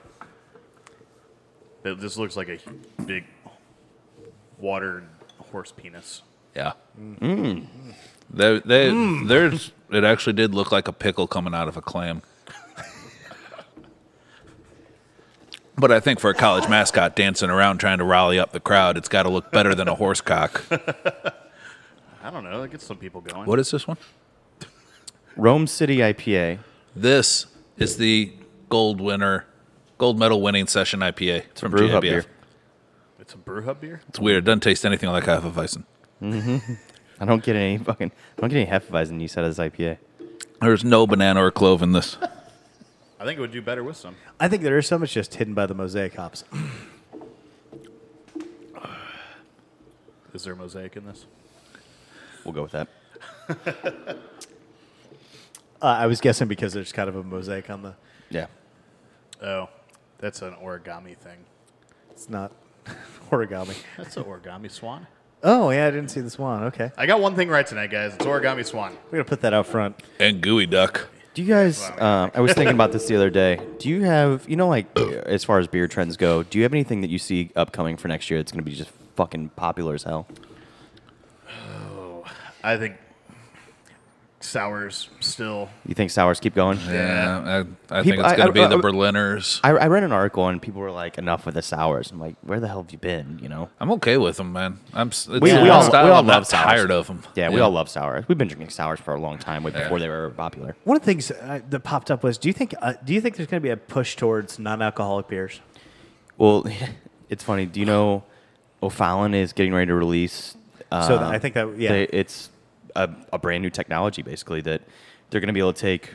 S4: It- This looks like a hu- big water horse penis.
S2: Yeah. They, they, there's, it actually did look like a pickle coming out of a clam. but I think for a college mascot dancing around trying to rally up the crowd, it's got to look better than a horse cock.
S4: I don't know. It gets some people going.
S2: What is this one?
S1: Rome City IPA.
S2: This is the gold winner, gold medal winning session IPA it's from
S1: brew hub
S2: GABF.
S1: beer.
S4: It's a brew hub beer.
S2: It's weird. It doesn't taste anything like Hefeweizen.
S1: I don't get any fucking. I don't get any Hefeweizen. You said as IPA.
S2: There's no banana or clove in this.
S4: I think it would do better with some.
S3: I think there is so much just hidden by the mosaic hops. Uh,
S4: Is there a mosaic in this?
S1: We'll go with that.
S3: Uh, I was guessing because there's kind of a mosaic on the.
S1: Yeah.
S4: Oh, that's an origami thing.
S3: It's not [LAUGHS] origami. [LAUGHS]
S4: That's an origami swan.
S3: Oh yeah, I didn't see the swan. Okay,
S4: I got one thing right tonight, guys. It's origami swan.
S3: we're gonna put that out front.
S2: And gooey duck.
S1: Do you guys? Um, I was thinking about this the other day. Do you have? You know, like as far as beer trends go, do you have anything that you see upcoming for next year that's going to be just fucking popular as hell?
S4: I think sours still.
S1: You think sours keep going?
S2: Yeah, I, I
S1: People-
S2: think
S1: I-
S2: it's going to be
S1: I-
S2: the
S1: I-
S2: Berliners.
S1: I, I read an article and people were like, "Enough with the sours." I'm like, "Where the hell have you been?" You know?
S2: I'm okay with them, man. I'm. s- It's
S1: We-
S2: a
S1: we all-
S2: style
S1: we all
S2: I'm not
S1: love sours.
S2: tired of them.
S1: Yeah, we all love sours. We've been drinking sours for a long time, way before they were ever popular.
S3: One of the things uh, that popped up was, do you think uh, do you think there's going to be a push towards non-alcoholic beers?
S1: Well, [LAUGHS] it's funny. Do you know O'Fallon is getting ready to release? Uh,
S3: So I think that- yeah.
S1: they- it's a, a brand new technology basically that they're going to be able to take.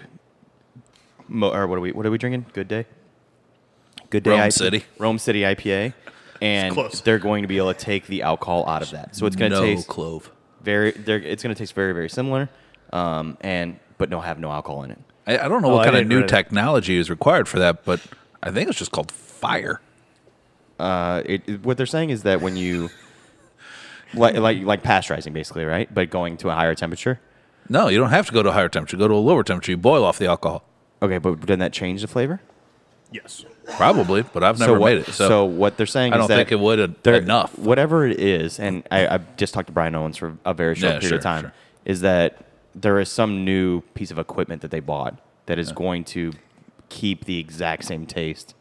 S1: Mo, or what are we? What are we drinking? Good day. Good day.
S2: Rome
S1: IPA,
S2: City.
S1: Rome City IPA, and
S4: Close.
S1: they're going to be able to take the alcohol out of that. So it's going to
S2: no
S1: taste
S2: clove.
S1: very. They're, it's going to taste very very similar, um, and but no have no alcohol in it.
S2: I, I don't know
S3: Oh, I
S2: what kind of
S3: didn't
S2: new
S3: read it.
S2: technology is required for that, but I think it's just called fire.
S1: Uh, it, it- what they're saying is that when you [LAUGHS] like like like pasteurizing basically, right? But going to a higher temperature.
S2: No, you don't have to go to a higher temperature. Go to a lower temperature. You boil off the alcohol,
S1: Okay, but doesn't that change the flavor?
S4: Yes.
S2: probably. But I've never
S1: so what,
S2: made it, so,
S1: what they're saying
S2: I
S1: is
S2: don't
S1: that
S2: think it would en-
S1: they're-
S2: enough.
S1: Whatever it is, and I, I just talked to Brian Owens for a very short
S2: Yeah,
S1: period of
S2: sure,
S1: time,
S2: sure.
S1: is that there is some new piece of equipment that they bought that is going to keep the exact same taste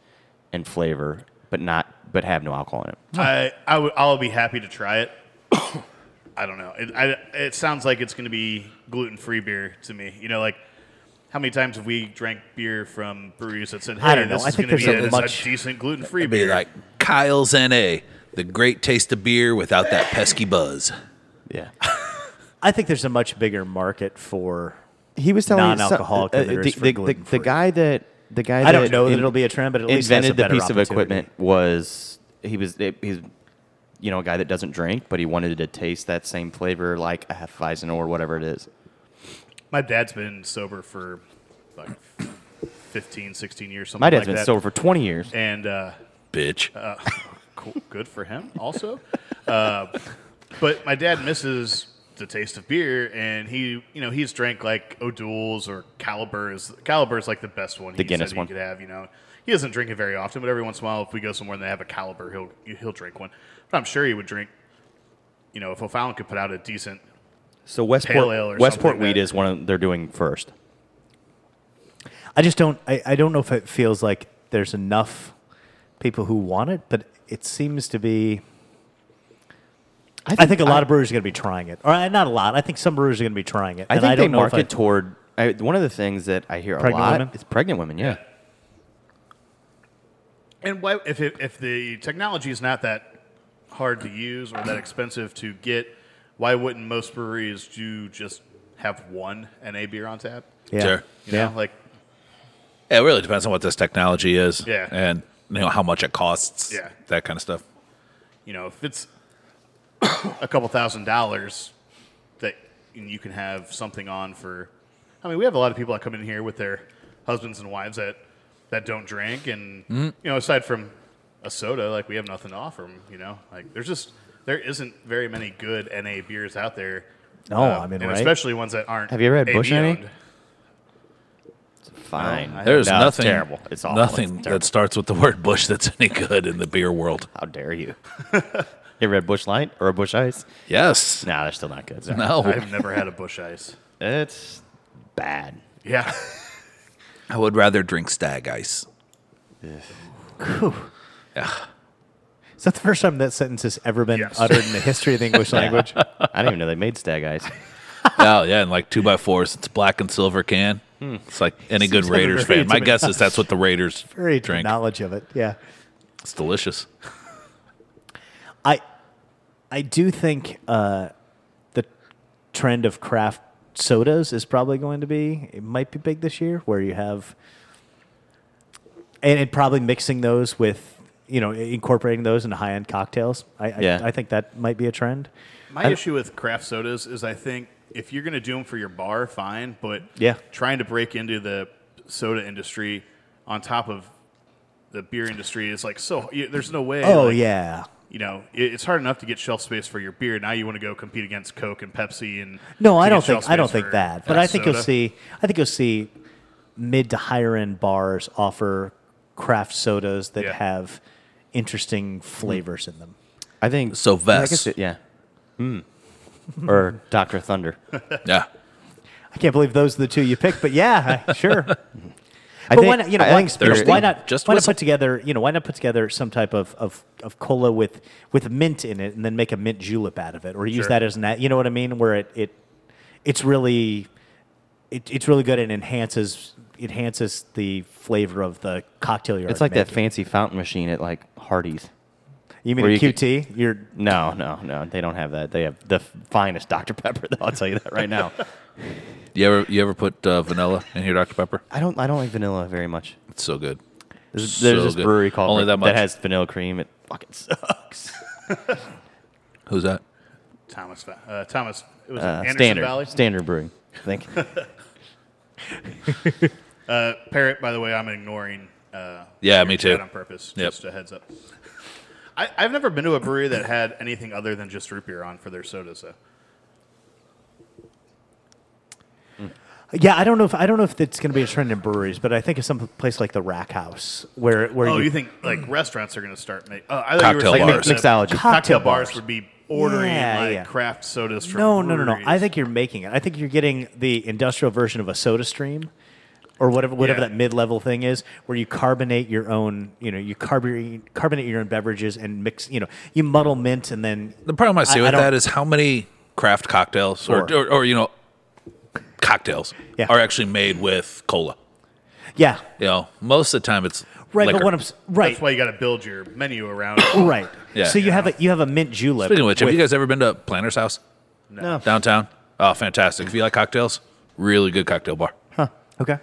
S1: and flavor, but not but have no alcohol in it.
S3: Hmm.
S4: I, I w- I'll be happy to try it. [COUGHS] I don't know. It, I, it sounds like it's going to be gluten free beer to me. You know, like how many times have we drank beer from breweries that said, "Hey,
S3: I don't know.
S4: this
S3: I
S4: is
S3: think
S4: going to be
S3: there's a
S4: a,
S3: much-
S4: a decent gluten free
S2: It'd be
S4: beer"?
S2: like Kyle's NA, the great taste of beer without that pesky buzz.
S1: Yeah.
S3: I think there's a much bigger market for.
S1: he
S3: [LAUGHS]
S1: was telling me some- uh,
S3: Non-alcoholic than there
S1: the,
S3: is for
S1: the- the-
S3: gluten-free.
S1: the guy that the guy
S3: I don't
S1: that
S3: know that
S1: in-
S3: it'll be a trend, but at least that's a
S1: invented the
S3: better
S1: piece of
S3: opportunity.
S1: equipment was he was it, he's you know a guy that doesn't drink, but he wanted to taste that same flavor like a Hefeweizen or whatever it is.
S4: My dad's been sober for like 15, 16 years, something
S1: My dad's
S4: like
S1: been
S4: that.
S1: sober for twenty years.
S4: And uh,
S2: Bitch.
S4: cool, good for him also. [LAUGHS] uh, but my dad misses the taste of beer, and he, you know, he's drank like O'Doul's or Caliber's. Caliber's like the best one.
S1: The
S4: he
S1: Guinness
S4: said
S1: one.
S4: He could have, you know. He doesn't drink it very often, but every once in a while, if we go somewhere and they have a Caliber, he'll he'll drink one. But I'm sure he would drink. You know, if O'Fallon could put out a decent
S1: So
S4: Pale ale or
S1: Westport
S4: something
S1: Westport
S4: like
S1: Wheat
S4: that.
S1: is one of, they're doing first.
S3: I just don't. I, I don't know if it feels like there's enough people who want it, but it seems to be. I think a lot of brewers are going to be trying it, or uh, not a lot. I think some brewers are going to be trying it.
S1: I
S3: and
S1: think
S3: I
S1: they
S3: don't know if
S1: market
S3: I-
S1: toward I, one of the things that I hear
S3: Pregnant
S1: a lot
S3: women?
S1: is pregnant women. Yeah.
S4: And why, if it, if the technology is not that hard to use or that expensive to get, why wouldn't most breweries do just have one NA beer on tap?
S3: yeah.
S2: Sure.
S4: You know,
S3: Yeah.
S4: like
S2: Yeah, it really depends on what this technology is.
S4: Yeah.
S2: And you know how much it costs.
S4: Yeah.
S2: That kind of stuff.
S4: you know, if it's a couple thousand dollars that you can have something on for. I mean, we have a lot of people that come in here with their husbands and wives that that don't drink, and
S1: Mm.
S4: you know, aside from a soda, like we have nothing to offer them. You know, like there's just there isn't very many good NA beers out there. uh,
S3: No, I mean,
S4: and
S3: right?
S4: especially ones that aren't.
S1: Have you ever had
S4: AB
S1: Bush NA?
S4: owned.
S1: Fine.
S4: I-
S2: There's
S1: No, it's
S2: nothing
S1: terrible. It's awful. It's
S2: Nothing
S1: terrible.
S2: that starts with the word bush that's [LAUGHS] any good in the beer world.
S1: How dare you? [LAUGHS] you ever had Bush Light or a Bush Ice?
S2: Yes.
S1: Nah, they're still not good. Sorry.
S2: No. I,
S4: I've never had a Bush Ice.
S1: It's bad. [LAUGHS]
S4: Yeah,
S2: would rather drink stag ice.
S3: Is that the first time that sentence has ever been
S4: Yes.
S3: uttered in the history of
S1: [LAUGHS]
S3: the English language?
S1: I didn't even know they made stag ice.
S2: oh yeah, and like two by fours. It's black and silver can.
S1: Hmm.
S2: It's like any
S1: [LAUGHS]
S2: good
S3: like a
S2: Raiders
S3: very
S2: fan. My
S3: intimi-
S2: guess is that's what the Raiders
S3: Very
S2: drink.
S3: knowledge of it. Yeah.
S2: It's delicious. [LAUGHS]
S3: I I do think uh, the trend of craft sodas is probably going to be it might be big this year where you have and, and probably mixing those with you know incorporating those into high end cocktails. I,
S1: Yeah.
S3: I I think that might be a trend.
S4: My issue with craft sodas is I think if you're going to do them for your bar, fine, but
S3: Yeah.
S4: trying to break into the soda industry on top of the beer industry is like so. You, there's no way.
S3: oh
S4: like,
S3: yeah.
S4: You know, it, it's hard enough to get shelf space for your beer. Now you want to go compete against Coke and Pepsi and
S3: No, I
S4: to get
S3: don't
S4: shelf
S3: think I don't
S4: space
S3: think
S4: for
S3: that. But I think you'll
S4: soda.
S3: see I think you'll see mid to higher end bars offer craft sodas that
S4: Yeah.
S3: have interesting flavors in them.
S1: I think
S2: So
S1: Yeah, I
S2: Vest.
S1: guess it- yeah. Hmm. or Doctor Thunder.
S2: Yeah.
S3: I can't believe those are the two you picked, but yeah, [LAUGHS] I- sure.
S1: I
S3: but
S1: think-
S3: why not, you know,
S1: I
S3: why,
S1: think Spirit-
S3: why not
S2: Just
S3: just why not
S2: whistle.
S3: put together you know why not put together some type of, of, of cola with with mint in it and then make a mint julep out of it or use
S4: Sure.
S3: that as an a- you know what I mean where it, it it's really it, it's really good and enhances enhances the flavor of the cocktail you're
S1: It's like that
S3: making.
S1: fancy fountain machine at like Hardee's.
S3: you mean
S1: where
S3: a
S1: you could-
S3: QT you're
S1: No, no, no. They don't have that. They have the f- finest Dr. Pepper, though. I'll tell you that right now.
S2: You ever you ever put uh, vanilla in your Dr Pepper?
S1: I don't. I don't like vanilla very much.
S2: It's so good.
S1: There's,
S2: So
S1: there's this
S2: good.
S1: brewery called
S2: Only that much.
S1: has vanilla cream. It fucking sucks.
S2: Who's that?
S4: Thomas, Va- uh, Thomas, it was
S1: Uh,
S4: Anderson
S1: standard
S4: Valley.
S1: standard brewing. I think.
S4: Uh, Parrot, by the way, I'm ignoring. Uh,
S2: Yeah,
S4: your
S2: me
S4: chat
S2: too.
S4: On purpose.
S2: Yep.
S4: Just a heads up. I, I've never been to a brewery that had anything other than just root beer on for their sodas. Though.
S3: yeah I don't know if I don't know if it's going to be a trend in breweries but I think of some place like the Rack House where where
S4: Oh,
S3: you, Mm.
S4: you think like restaurants are going to start making? Oh, I thought
S2: Cocktail
S4: you were saying
S2: bars.
S4: that
S1: Mixology.
S4: Cocktail,
S3: Cocktail
S4: bars.
S3: bars.
S4: would be ordering
S3: Yeah,
S4: like
S3: yeah.
S4: craft sodas from.
S3: No, no, no, no. I
S4: breweries.
S3: think you're making it. I think you're getting the industrial version of a soda stream or whatever whatever
S4: Yeah.
S3: that mid-level thing is where you carbonate your own, you know, you carbonate carbonate your own beverages and mix, you know, you muddle mint and then
S2: The problem I see
S3: I
S2: with
S3: don't-
S2: that is how many craft cocktails or,
S3: Four.
S2: or, or you know cocktails
S3: Yeah.
S2: are actually made with cola.
S3: yeah.
S2: You know, most of the time it's
S3: Right,
S2: liquor.
S3: but what I'm s- right.
S4: that's why you got to build your menu around.
S3: Right.
S2: Yeah.
S3: so you have a you have a mint julep.
S2: Speaking of which, have
S3: with-
S2: you guys ever been to Planner's House
S1: no.
S2: downtown? Oh, fantastic! If you like cocktails, really good cocktail bar.
S3: Okay.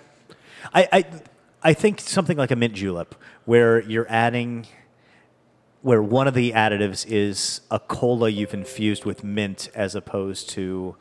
S3: I, I I think something like a mint julep where you're adding where one of the additives is a cola you've infused with mint as opposed to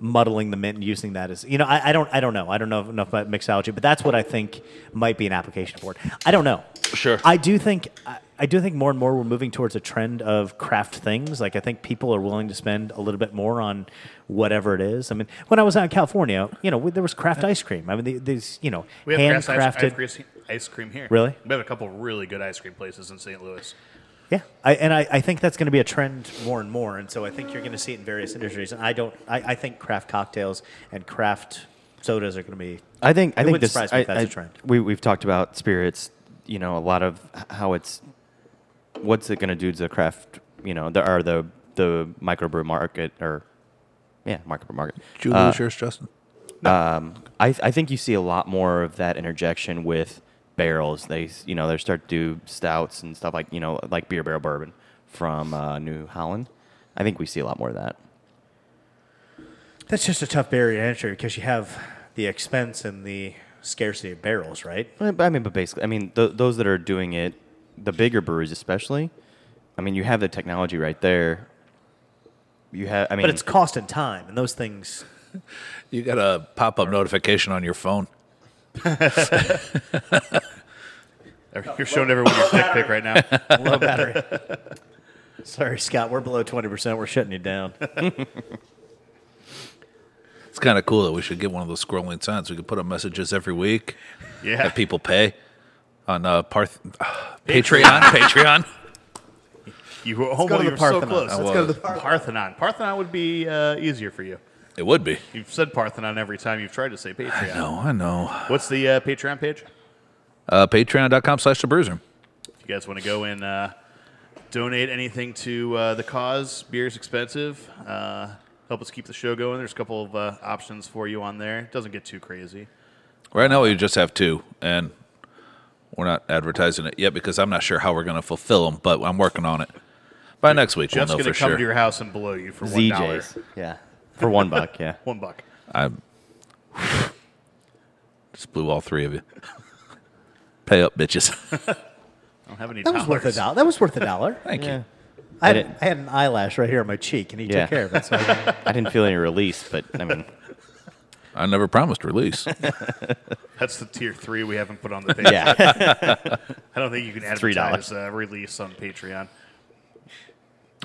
S3: muddling the mint and using that as you know I, I don't I don't know I don't know enough about mixology but that's what I think might be an application for it I don't know
S2: Sure.
S3: I do think I, I do think more and more we're moving towards a trend of craft things like I think people are willing to spend a little bit more on whatever it is I mean when I was out in California you know there was craft ice cream I mean the- these you know
S4: We have craft ice,
S3: handcrafted
S4: ice, ice cream here.
S3: Really?
S4: We have a couple really good ice cream places in St. Louis.
S3: Yeah, I, and I, I think that's going to be a trend more and more, and so I think you're going to see it in various industries. And I don't, I, I think craft cocktails and craft sodas are going to be.
S1: I think. I
S3: It
S1: think
S3: wouldn't
S1: this.
S3: surprise me if
S1: I-
S3: that's a
S1: I-
S3: trend.
S1: We we've talked about spirits. You know, a lot of h- how it's. What's it going to do to the craft? You know, there are the the microbrew market or, yeah, microbrew market. Uh,
S2: Did you lose
S3: Uh,
S2: yours, Justin?
S1: I, I think you see a lot more of that interjection with barrels. They s- you know they start to do stouts and stuff like you know like beer barrel bourbon from uh, New Holland. I think we see a lot more of that.
S3: That's just a tough barrier to enter because you have the expense and the scarcity of barrels, right?
S1: But, but I mean, but basically, I mean th- those that are doing it, the bigger breweries especially. I mean, you have the technology right there. You have, I mean,
S3: But it's cost and time, and those things.
S2: You got a pop-up notification on your phone.
S4: You're showing everyone your dick pic
S2: [LAUGHS]
S4: right now.
S3: Low battery. [LAUGHS] Sorry, Scott, we're below twenty percent. We're shutting you down.
S2: It's kind of cool that we should get one of those scrolling signs. We could put up messages every week
S4: Yeah.
S2: that people pay on uh, Parth- [SIGHS]
S3: [LAUGHS]
S2: Patreon. Patreon.
S4: You were almost
S3: go to
S4: you
S3: the
S4: were
S3: Parthenon.
S4: so close.
S3: I
S4: Let's go to the Parthenon. Parthenon would be uh, easier for you.
S2: It would be.
S4: You've said Parthenon every time you've tried to say Patreon.
S2: No, I know.
S4: What's the uh, Patreon page?
S2: Uh, Patreon.com slash the bruiser.
S4: If you guys want to go and uh, donate anything to uh, the cause, beer's expensive. Uh, help us keep the show going. There's a couple of uh, options for you on there. It doesn't get too crazy.
S2: Right now, we just have two, and we're not advertising it yet because I'm not sure how we're going to fulfill them, but I'm working on it. By next week,
S4: Jeff's
S2: we'll know
S4: going
S2: for
S4: to come
S2: sure.
S4: to your house and blow you for one dollar.
S1: ZJs, yeah, for one buck, yeah.
S4: One buck.
S2: I'm [SIGHS] just blew all three of you. [LAUGHS] Pay up, bitches. [LAUGHS]
S4: I don't have any
S3: That was worth a
S4: dollars.
S3: dollar. That was worth
S1: [LAUGHS]
S3: a dollar.
S2: Thank
S1: Yeah.
S2: you.
S3: I
S1: I
S3: had,
S1: didn't-
S3: I had an eyelash right here on my cheek, and he
S1: Yeah.
S3: took care of it. So
S1: [LAUGHS]
S3: I-
S1: I didn't feel any release, but I mean,
S2: I never promised
S4: [LAUGHS]
S2: release.
S4: That's the tier three we haven't
S2: [LAUGHS]
S4: put on the page.
S1: yeah.
S4: [LAUGHS] I don't think you can
S1: Three
S4: advertise uh, release on Patreon.
S2: I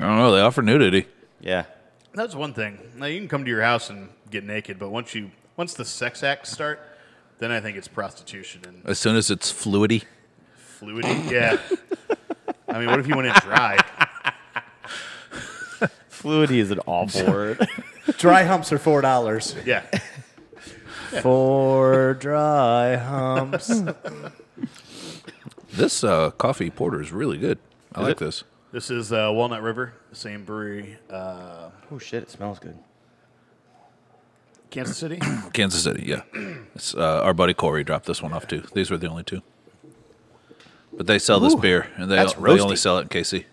S2: don't know. They offer nudity.
S1: Yeah.
S4: That's one thing. Now you can come to your house and get naked, but once you once the sex acts start, then I think it's prostitution and
S1: Uh,
S2: As soon as it's fluidy,
S4: fluidity. Yeah. I mean, what if you went in dry?
S1: Fluidity is an awful word.
S3: Dry humps are four dollars.
S4: Yeah.
S5: Four
S3: [LAUGHS]
S5: dry humps.
S2: This uh, coffee porter is really good. I like this.
S4: This is uh, Walnut River, same brewery, uh,
S1: Oh shit! It smells good.
S4: Kansas City.
S2: Kansas City, yeah. It's, uh, our buddy Corey dropped this one off too. These were the only two. But they sell this beer, and they,
S1: that's
S2: they only
S1: roasty.
S2: sell it in KC. And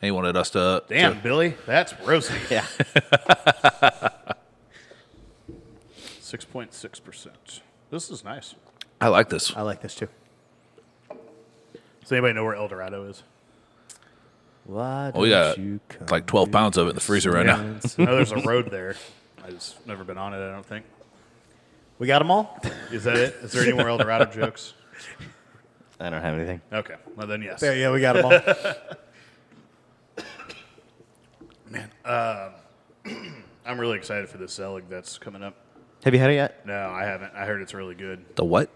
S2: he wanted us to.
S4: [CLEARS THROAT] Damn,
S2: to-
S4: Billy, that's rosy.
S1: [LAUGHS] Yeah.
S4: Six point six percent. This is nice.
S2: I like this.
S5: I like this too.
S4: Does anybody know where El Dorado is?
S5: Why
S2: Well, we got
S5: don't you come
S2: like 12 pounds of it in the freezer right now.
S5: dance?
S4: I know there's a road there. I've just never been on it. I don't think.
S5: We got them all.
S4: Is that it? Is there any more El Dorado jokes?
S1: I don't have anything.
S4: Okay. Well then, yes.
S5: Yeah, yeah, we got them all.
S4: I'm really excited for the Zelig that's coming up.
S1: Have you had it yet?
S4: No, I haven't. I heard it's really good.
S2: The what?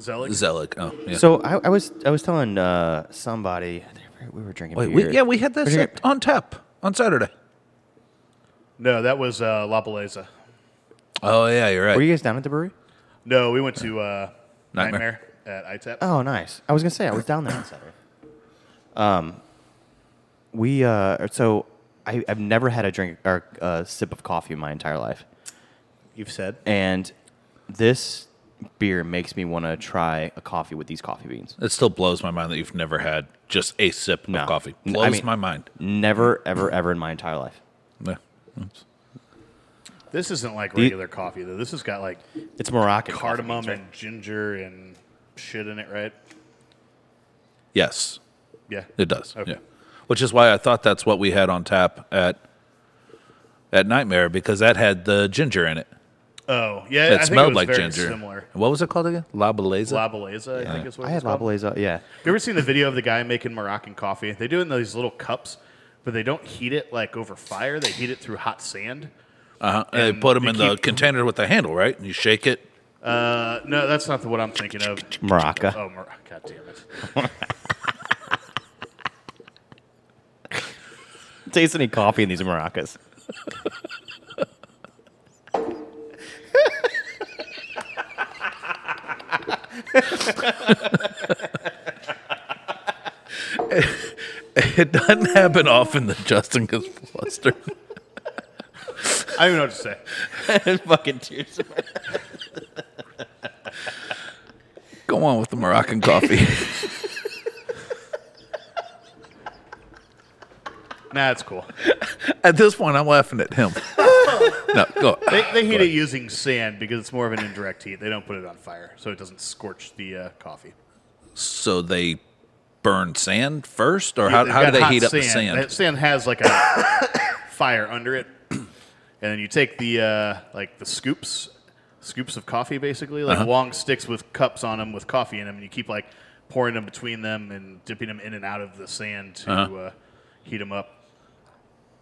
S4: Zelig.
S2: Zelig. Oh, yeah.
S1: So I, I was I was telling uh, somebody I think we were drinking
S2: Wait,
S1: beer.
S2: we, yeah, we had this
S1: Pretty
S2: at- on tap on Saturday.
S4: no, that was uh, La Belleza.
S2: Oh, yeah, you're right.
S1: Were you guys down at the brewery?
S4: No, we went to uh,
S2: Nightmare.
S4: Nightmare. at E ITAP.
S1: Oh, nice. I was gonna say I was down there on Saturday. Um, we uh, so I, I've never had a drink or a sip of coffee in my entire life,
S5: You've said.
S1: and this beer makes me want to try a coffee with these coffee beans.
S2: it still blows my mind that you've never had just a sip
S1: No.
S2: of coffee.
S1: N- I
S2: Blows
S1: mean-
S2: my mind.
S1: Never, ever, ever in my entire life.
S2: Yeah.
S4: This isn't like regular coffee though. This has got like
S1: It's Moroccan coffee
S4: cardamom
S1: beans, right?
S4: and ginger and shit in it, right?
S2: Yes.
S4: Yeah.
S2: It does.
S4: Okay.
S2: Yeah. Which is why I thought that's what we had on tap at at Nightmare because that had the ginger in it.
S4: Oh, yeah. I
S2: It
S4: think
S2: smelled
S4: was
S2: like
S4: very
S2: ginger.
S4: Similar.
S2: What was it called again? La Belleza?
S4: La Belleza, I think is what
S1: I
S4: it's
S1: had La
S4: called.
S1: Belleza. Yeah,
S4: Have you ever seen the video of the guy making Moroccan coffee? They do it in these little cups, but they don't heat it like over fire. They heat it through hot sand.
S2: uh-huh. And they
S4: and
S2: put them
S4: you
S2: in the
S4: keep-
S2: container with the handle, right? And you shake it. [LAUGHS]
S4: Uh, no, that's not the what I'm thinking of.
S1: Morocco. [LAUGHS]
S4: Oh, Mor- God damn it.
S1: Taste any coffee in these maracas?
S2: It doesn't happen often that Justin gets flustered. [LAUGHS]
S4: I don't even know what to say.
S1: Fucking tears.
S2: Go on with the Moroccan coffee. [LAUGHS]
S4: Nah, it's cool.
S2: at this point, I'm laughing at him. [LAUGHS] no, go on.
S4: They, they heat
S2: ahead.
S4: it using sand because it's more of an indirect heat. They don't put it on fire, so it doesn't scorch the uh, coffee.
S2: So they burn sand first? Or how,
S4: Yeah, they've
S2: how do
S4: got
S2: they
S4: hot
S2: heat up the sand?
S4: That sand has like a [COUGHS] fire under it, and then you take the uh, like the scoops, scoops of coffee, basically
S2: Uh-huh.
S4: like long sticks with cups on them with coffee in them, and you keep like pouring them between them and dipping them in and out of the sand to
S2: Uh-huh.
S4: uh heat them up.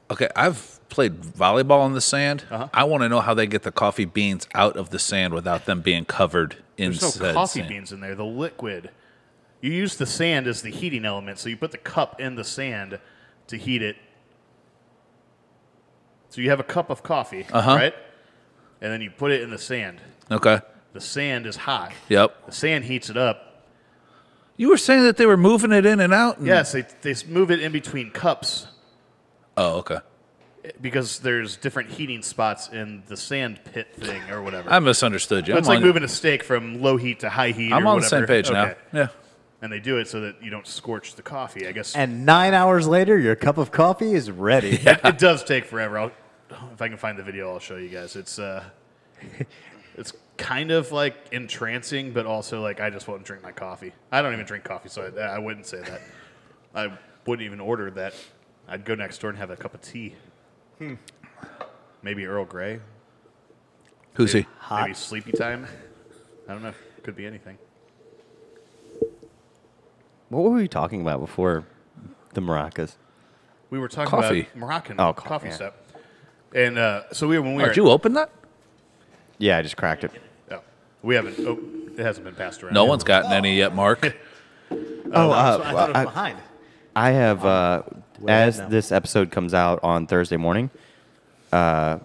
S2: Okay, I've played volleyball in the sand.
S4: Uh-huh.
S2: I want to know how they get the coffee beans out of the sand without them being covered in
S4: There's no
S2: said
S4: coffee
S2: sand.
S4: beans in there. The liquid. You use the sand as the heating element, so you put the cup in the sand to heat it. So you have a cup of coffee,
S2: Uh-huh.
S4: right? And then you put it in the sand.
S2: Okay.
S4: The sand is hot.
S2: Yep.
S4: The sand heats it up.
S2: You were saying that they were moving it in and out. And,
S4: Yes, they, they s- move it in between cups eh,
S2: Oh, okay.
S4: because there's different heating spots in the sand pit thing or whatever.
S2: I misunderstood you.
S4: So it's
S2: I'm
S4: like
S2: on,
S4: moving a steak from low heat to high heat.
S2: I'm
S4: or
S2: on the same
S4: whatever.
S2: page now.
S4: Okay.
S2: Yeah.
S4: And they do it so that you don't scorch the coffee. I guess
S5: And nine hours later, your cup of coffee is ready.
S4: it does take forever. I'll, if I can find the video, I'll show you guys. It's uh, it's kind of like entrancing, but also like I just won't drink my coffee. I don't even drink coffee, so I, I wouldn't say that. I wouldn't even order that. I'd go next door and have a cup of tea.
S2: Hmm.
S4: Maybe Earl Grey.
S2: Who's he?
S4: Maybe sleepy time. I don't know. Could be anything.
S1: What were we talking about before the maracas?
S4: We were talking
S2: Coffee.
S4: about Moroccan
S1: Oh, coffee,
S4: coffee
S1: yeah.
S4: stuff. And uh, so we were when we were
S2: Did
S4: at-
S2: you open that?
S1: Yeah, I just cracked it.
S4: oh, we haven't. Oh, it hasn't been passed around.
S2: No
S4: yet.
S2: one's gotten any yet,
S4: [LAUGHS]
S2: Mark.
S1: Oh,
S5: So I thought it was
S1: I,
S5: behind.
S1: I have, uh,
S5: ahead
S1: as
S5: now.
S1: this episode comes out on Thursday morning, uh,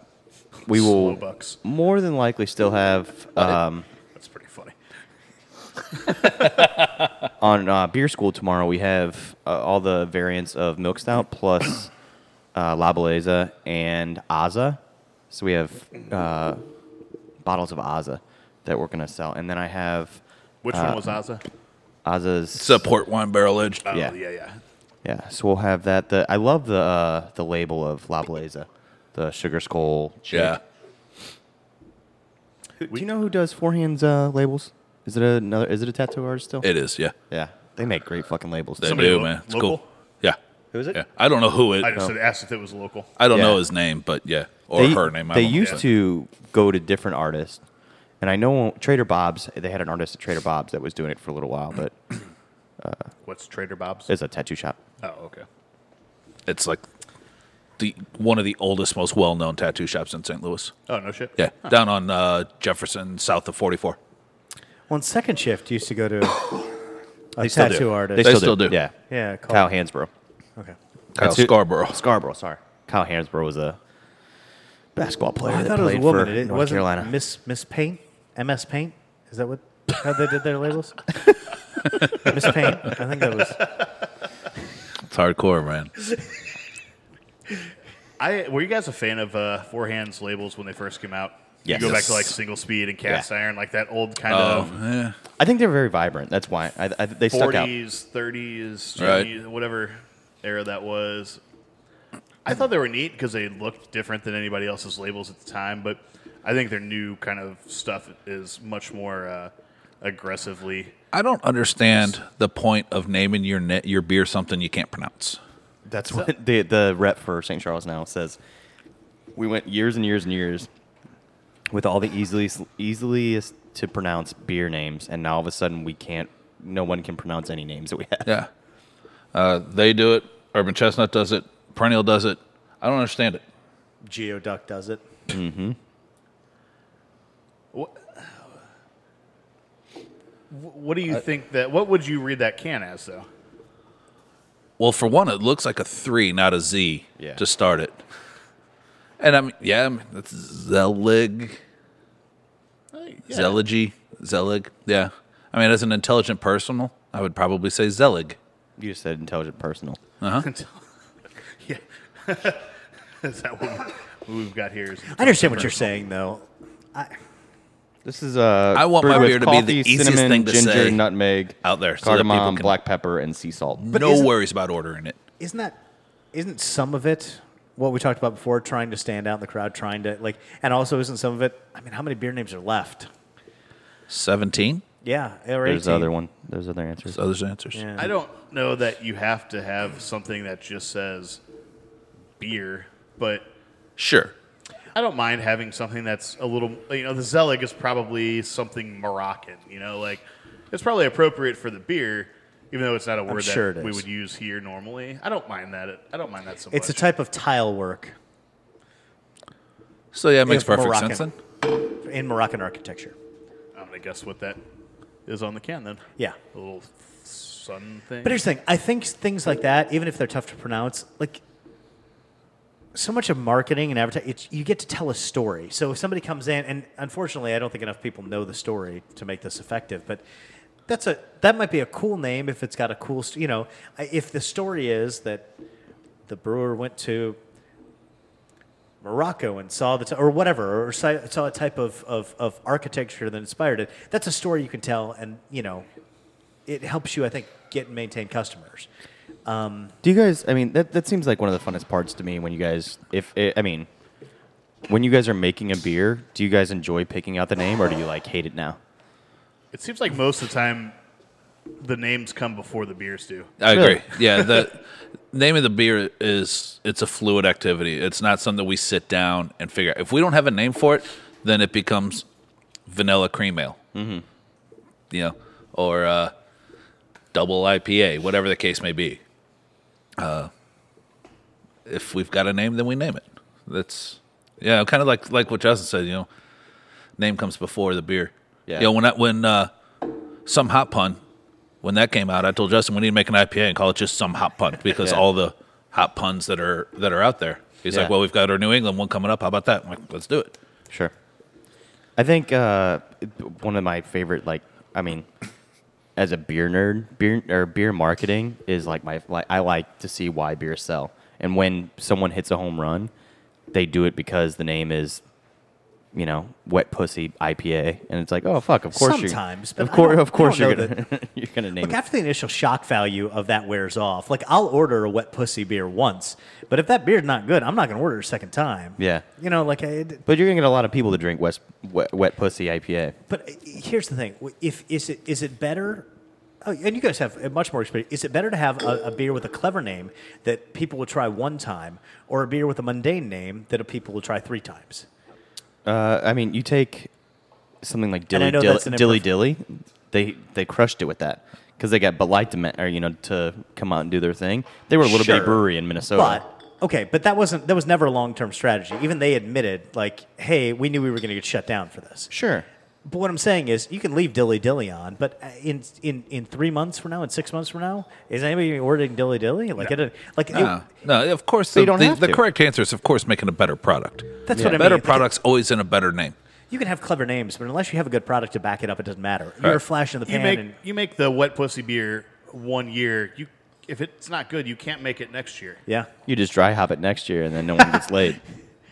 S1: we will
S4: Slowbucks.
S1: more than likely still have um,
S4: That's pretty funny.
S1: on uh, beer school tomorrow. We have uh, all the variants of milk stout plus uh, La Belleza and Aza. So we have uh, bottles of Aza that we're gonna sell, and then I have
S4: Which one was Aza?
S1: Aza's
S2: It's a port wine barrel aged.
S4: Oh,
S1: Uh, yeah.
S4: yeah, yeah.
S1: Yeah, so we'll have that. The I love the uh, the label of La Blaza, the sugar skull. chick.
S2: yeah.
S1: Who- Do you know who does forehands uh, labels? Is it another? Is it a tattoo artist still?
S2: It is. Yeah.
S1: yeah, they make great fucking labels.
S2: They
S1: too.
S4: Somebody
S2: do,
S4: lo-
S2: man. It's
S4: local?
S2: cool. Yeah.
S1: Who is it?
S2: Yeah. I don't know who it.
S4: I
S2: I,
S4: just said, asked if it was local.
S1: Yeah.
S2: don't know his name, but yeah, or
S1: they,
S2: her name. I
S1: They
S2: don't know.
S1: used
S2: Yeah.
S1: to go to different artists, and I know Trader Bob's. They had an artist at Trader Bob's that was doing it for a little while,
S2: [CLEARS THROAT]
S1: but
S4: What's Trader Bob's?
S1: it's a tattoo shop.
S4: oh, okay.
S2: It's like the one of the oldest, most well known tattoo shops in St. Louis.
S4: Oh, no shit.
S2: Yeah, down on uh, Jefferson, south of 44.
S3: Well, in second shift, used to go to a
S2: still
S3: tattoo
S2: do.
S3: artist.
S2: They still do.
S1: Yeah,
S3: yeah, call-
S1: Kyle Hansborough.
S3: Okay.
S2: Kyle
S1: That's who-
S2: Scarborough.
S1: Scarborough, sorry. Kyle Hansborough was a basketball player.
S3: Oh, I
S1: that
S3: thought it was a
S1: played
S3: woman.
S1: for
S3: It
S1: North
S3: wasn't
S1: Carolina.
S3: Miss Miss Paint, MS Paint. Is that what how they did their labels? Miss Paint. I think that was.
S2: It's hardcore, man.
S4: I were you guys a fan of uh, four hands labels when they first came out?
S1: Yes.
S4: You go back
S1: Yes.
S4: to like single speed and cast
S1: Yeah.
S4: iron, like that old kind
S2: Oh,
S4: of
S2: yeah.
S1: I think they're very vibrant. That's why I, I, they stuck out.
S4: forties, thirties,
S2: Right.
S4: whatever era that was. I thought they were neat because they looked different than anybody else's labels at the time, but I think their new kind of stuff is much more uh, aggressively.
S2: I don't understand the point of naming your net, your beer something you can't pronounce.
S1: That's what the the rep for St. Charles now says. We went years and years and years with all the easiest easiest to pronounce beer names, and now all of a sudden we can't. No one can pronounce any names that we have.
S2: Yeah. Uh, they do it. Urban Chestnut does it. Perennial does it. I don't understand it.
S3: Geoduck does it. Mm-hmm.
S4: What do you think that? What would you read that can as though? [LAUGHS]
S2: Well, for one, it looks like a three, not a Z,
S1: Yeah.
S2: to start it. And I'm yeah, I mean, that's Zelig,
S3: Uh,
S2: Zeligy, Zelig. Yeah, I mean, as an intelligent personal, I would probably say Zelig.
S1: You just said intelligent personal.
S4: yeah, is that what we- we've got here? is-
S3: I understand what you're saying though.
S1: This is uh,
S2: I want my
S1: brewed with
S2: beer to be the easiest
S1: cinnamon,
S2: thing to
S1: ginger,
S2: say
S1: nutmeg
S2: out there so that people
S1: cardamom,
S2: can-
S1: black pepper, and sea salt.
S2: no
S3: isn't-
S2: worries about ordering it.
S3: Isn't that? Isn't some of it what we talked about before? Trying to stand out in the crowd, trying to like, and also isn't some of it? I mean, how many beer names are left?
S2: Seventeen.
S3: Yeah, or
S1: There's
S3: 18.
S1: other one. There's other answers.
S2: So there's answers.
S3: Yeah.
S4: I don't know that you have to have something that just says beer, but
S2: Sure.
S4: I don't mind having something that's a little, you know, the Zelig is probably something Moroccan, you know, like it's probably appropriate for the beer, even though it's not a word
S3: sure it
S4: that we
S3: is.
S4: would use here normally. I don't mind that. I don't mind that so
S3: It's a
S4: much.
S3: type of tile work
S2: So yeah, it makes
S3: If
S2: perfect
S3: Moroccan.
S2: sense then.
S3: in Moroccan architecture.
S4: I'm going to guess what that is on the can then.
S3: Yeah.
S4: A little sun thing.
S3: But here's the thing: I think things like that, even if they're tough to pronounce, like so much of marketing and advertising, you get to tell a story. So if somebody comes in, and unfortunately, I don't think enough people know the story to make this effective, but. That's a that might be a cool name if it's got a cool st- you know I- if the story is that the brewer went to Morocco and saw the t- or whatever or saw, saw a type of, of, of architecture that inspired it. That's a story you can tell, and you know it helps you, I think, get and maintain customers. Um,
S1: Do you guys? I mean, that that seems like one of the funnest parts to me. When you guys, if eh, i I mean, when you guys are making a beer, do you guys enjoy picking out the name, or do you like hate it now?
S4: it seems like most of the time the names come before the beers do.
S2: I
S1: Really?
S2: agree. [LAUGHS] Yeah, the name of the beer is it's a fluid activity. It's not something we sit down and figure out. If we don't have a name for it, then it becomes vanilla cream ale, mm-hmm. you know, or uh, double IPA, whatever the case may be. Uh, if we've got a name, then we name it. That's yeah, kind of like like what Justin said. You know, name comes before the beer.
S1: Yeah.
S2: You know, when I, when uh, some hot pun when that came out, I told Justin we need to make an IPA and call it just some hot pun because
S1: Yeah.
S2: all the hot puns that are that are out there. He's
S1: Yeah.
S2: like, well, we've got our New England one coming up. How about that? I'm like, let's do it.
S1: Sure. I think uh, one of my favorite, like, I mean, as a beer nerd, beer or beer marketing is like my like I like to see why beers sell, and when someone hits a home run, they do it because the name is, you know, Wet Pussy IPA, and it's like, oh fuck, of course
S3: Sometimes,
S1: you're, of
S3: but I
S1: course,
S3: don't-
S1: of course
S3: I
S1: you're
S3: don't know
S1: gonna [LAUGHS] you're gonna name
S3: Look,
S1: it.
S3: after the initial shock value of that wears off, like I'll order a wet pussy beer once, but if that beer's not good, I'm not going to order it a second time.
S1: Yeah.
S3: You know, like I,
S1: But you're gonna get a lot of people to drink West, wet, wet Pussy IPA.
S3: but here's the thing: if is it is it better? Oh, and you guys have much more experience. Is it better to have a, a beer with a clever name that people will try one time, or a beer with a mundane name that people will try three times?
S1: Uh, I mean, you take something like
S3: And
S1: Dilly
S3: I know
S1: Dilly,
S3: that's an
S1: Dilly,
S3: imperf-
S1: Dilly. They they crushed it with that because they got Bud Light to ma- or you know to come out and do their thing. They were a little
S3: Sure.
S1: bitty brewery in Minnesota.
S3: But okay, but that wasn't that was never a long term strategy. Even they admitted, like, hey, we knew we were going to get shut down for this.
S1: sure,
S3: But what I'm saying is, you can leave dilly dilly on, but uh, in in in three months from now, in six months from now, is anybody ordering dilly dilly? Like, it, like it-
S2: No, no, of course.
S1: you
S2: The,
S1: don't
S2: the,
S1: have
S2: the
S1: to.
S2: correct answer is, of course, making a better product.
S3: That's what I mean.
S2: Better
S3: Like,
S2: product's always in a better name.
S3: you can have clever names, but unless you have a good product to back it up, it doesn't matter. You're a
S2: Right.
S3: flash in the
S4: You
S3: pan,
S4: make
S3: and
S4: you make the wet pussy beer one year. You if it's not good, you can't make it next year.
S3: yeah,
S1: you just dry hop it next year and then no one gets
S3: [LAUGHS]
S1: laid.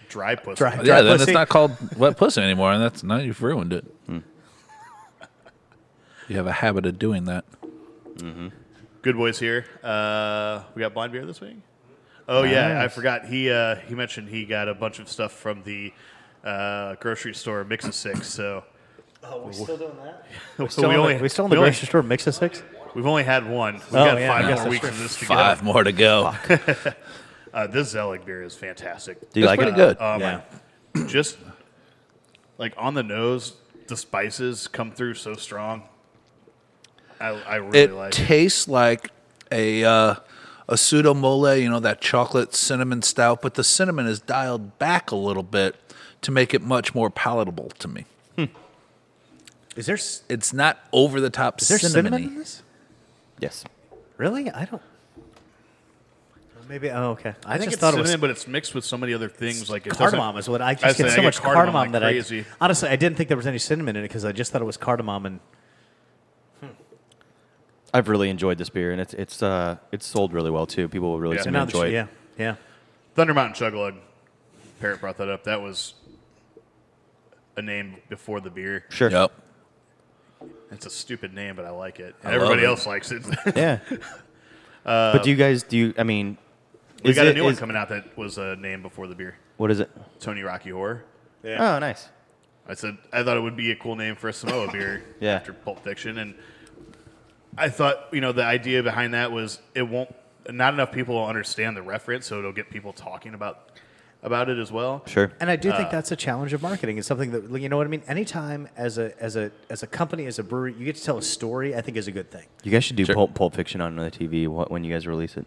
S4: Dry pussy.
S3: Dry-
S2: yeah, then
S3: pussy.
S2: it's not called wet pussy anymore, and that's now you've ruined it.
S1: Hmm.
S2: you have a habit of doing that.
S4: Good boys here. Uh, we got blind beer this week. Oh yeah, I forgot. He uh, he mentioned he got a bunch of stuff from the uh, grocery store mix of six. So
S3: oh, we're still doing that.
S4: so [LAUGHS] we only
S3: we still in the
S4: we only-
S3: grocery store mix of six.
S4: We've only had one. We've
S3: Oh,
S4: got
S3: yeah, I
S4: five
S3: guess
S4: more
S3: that's
S4: weeks
S3: true.
S4: of this to
S2: Five
S4: go.
S2: more to go.
S4: Uh, this Zelig beer is fantastic.
S1: Do you
S2: That's
S1: like
S2: pretty
S1: it?
S2: good.
S4: Um,
S3: yeah,
S4: just like on the nose, the spices come through so strong. I, I really
S2: it
S4: like it.
S2: tastes like a uh, a pseudo mole, you know, that chocolate cinnamon stout, but the cinnamon is dialed back a little bit to make it much more palatable to me.
S3: is there s-
S2: It's not over the top
S3: is there cinnamon in
S2: cinnamony.
S3: this?
S1: Yes,
S3: Really, I don't. Well, Maybe oh okay. I,
S4: I think
S3: just
S4: it's
S3: thought
S4: cinnamon,
S3: it was
S4: but it's mixed with so many other things. Like it doesn't-
S3: cardamom is what I
S4: I
S3: just
S4: say,
S3: get
S4: I
S3: so
S4: get
S3: much
S4: cardamom
S3: cardamom, that
S4: like crazy.
S3: I honestly I didn't think there was any cinnamon in it because I just thought it was cardamom and
S1: I've really enjoyed this beer and it's it's uh it's sold really well too. People really
S4: Yeah.
S1: seem
S3: and
S1: to
S3: now that
S1: enjoy
S3: you-
S1: it.
S3: yeah yeah.
S4: Thunder Mountain Chuglug. Parrot brought that up. That was a name before the beer.
S1: Sure.
S2: Yep.
S4: It's a stupid name, but I like it.
S2: I love
S4: Everybody
S2: it.
S4: else likes it. [LAUGHS]
S1: Yeah. but do you guys do you? I mean,
S4: we
S1: is
S4: got a
S1: it-
S4: new one
S1: is-
S4: coming out that was a name before the beer.
S1: What is it?
S4: Tony Rocky Horror.
S1: Oh, nice.
S4: I said I thought it would be a cool name for a Samoa beer
S1: [LAUGHS] Yeah.
S4: after Pulp Fiction, and I thought you know the idea behind that was it won't not enough people will understand the reference, so it'll get people talking about about it as well.
S1: Sure.
S3: And I do think that's a challenge of marketing. It's something that you know what I mean. Anytime as a as a as a company as a brewery, you get to tell a story. I think is a good thing.
S1: You guys should do
S2: Sure.
S1: Pulp, Pulp Fiction on another TV wh- when you guys release it.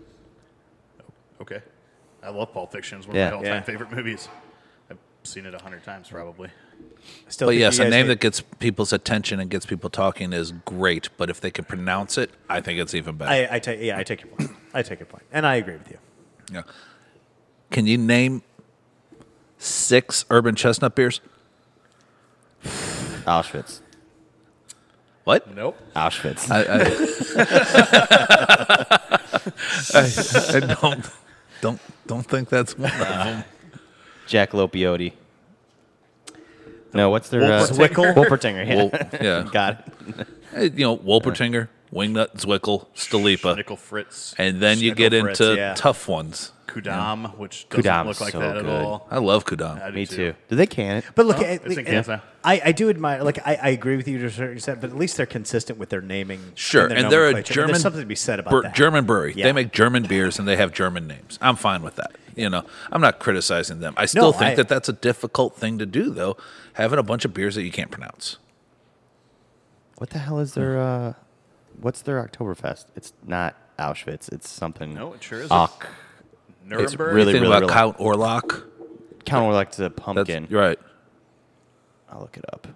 S4: Okay, I love Pulp Fiction; it's one
S1: Yeah.
S4: of my all-time
S3: Yeah.
S4: favorite movies. I've seen it a hundred times probably.
S3: I Still,
S2: But
S3: think
S2: yes,
S3: you
S2: a
S3: guys
S2: name
S3: need-
S2: that gets people's attention and gets people talking is great. But if they can pronounce it, I think it's even better.
S3: I, I take yeah, I take your point. I take your point, and I agree with you.
S2: yeah. Can you name six urban chestnut beers?
S1: Auschwitz.
S2: What?
S4: Nope.
S1: Auschwitz.
S2: I, I, [LAUGHS] I- I don't don't don't think that's one of them.
S1: Jack Lopiotti. No, what's their uh,
S4: Wolpertinger?
S1: Wolpertinger, yeah.
S2: Wol- yeah.
S1: [LAUGHS] Got it.
S2: Eh, You know, Wolpertinger, Wingnut, Zwickel, Stalipa,
S4: Nickel Fritz,
S2: and then you
S3: Schnickel
S2: get
S3: Fritz,
S2: into
S3: yeah.
S2: tough ones.
S4: Kudam, which doesn't
S1: Kudam's
S4: look like
S1: so
S4: that
S1: good.
S4: at all.
S2: I love Kudam.
S4: I do
S1: Me too. Do they can it?
S3: But look,
S4: Oh,
S3: I,
S4: it's in cans now.
S3: I, I do admire. Like I, I agree with you to a certain extent, but at least they're consistent with their naming.
S2: Sure,
S3: their
S2: and they're a
S3: nomenclature. And
S2: German
S3: There's something to be said about
S2: bre-
S3: that.
S2: German brewery.
S3: Yeah.
S2: They make German beers and they have German names. I'm fine with that. You know, I'm not criticizing them. I still
S3: No,
S2: think
S3: I-
S2: that that's a difficult thing to do, though. Having a bunch of beers that you can't pronounce.
S1: What the hell is their uh what's their Oktoberfest? It's not Auschwitz, it's something
S4: No, it sure isn't.
S1: Ock. Ah, It's
S4: Nuremberg.
S1: really-
S2: Think about
S1: really-
S2: Count Orlok.
S1: Counter like the
S2: That's
S1: pumpkin.
S2: you're right.
S1: I'll look it up.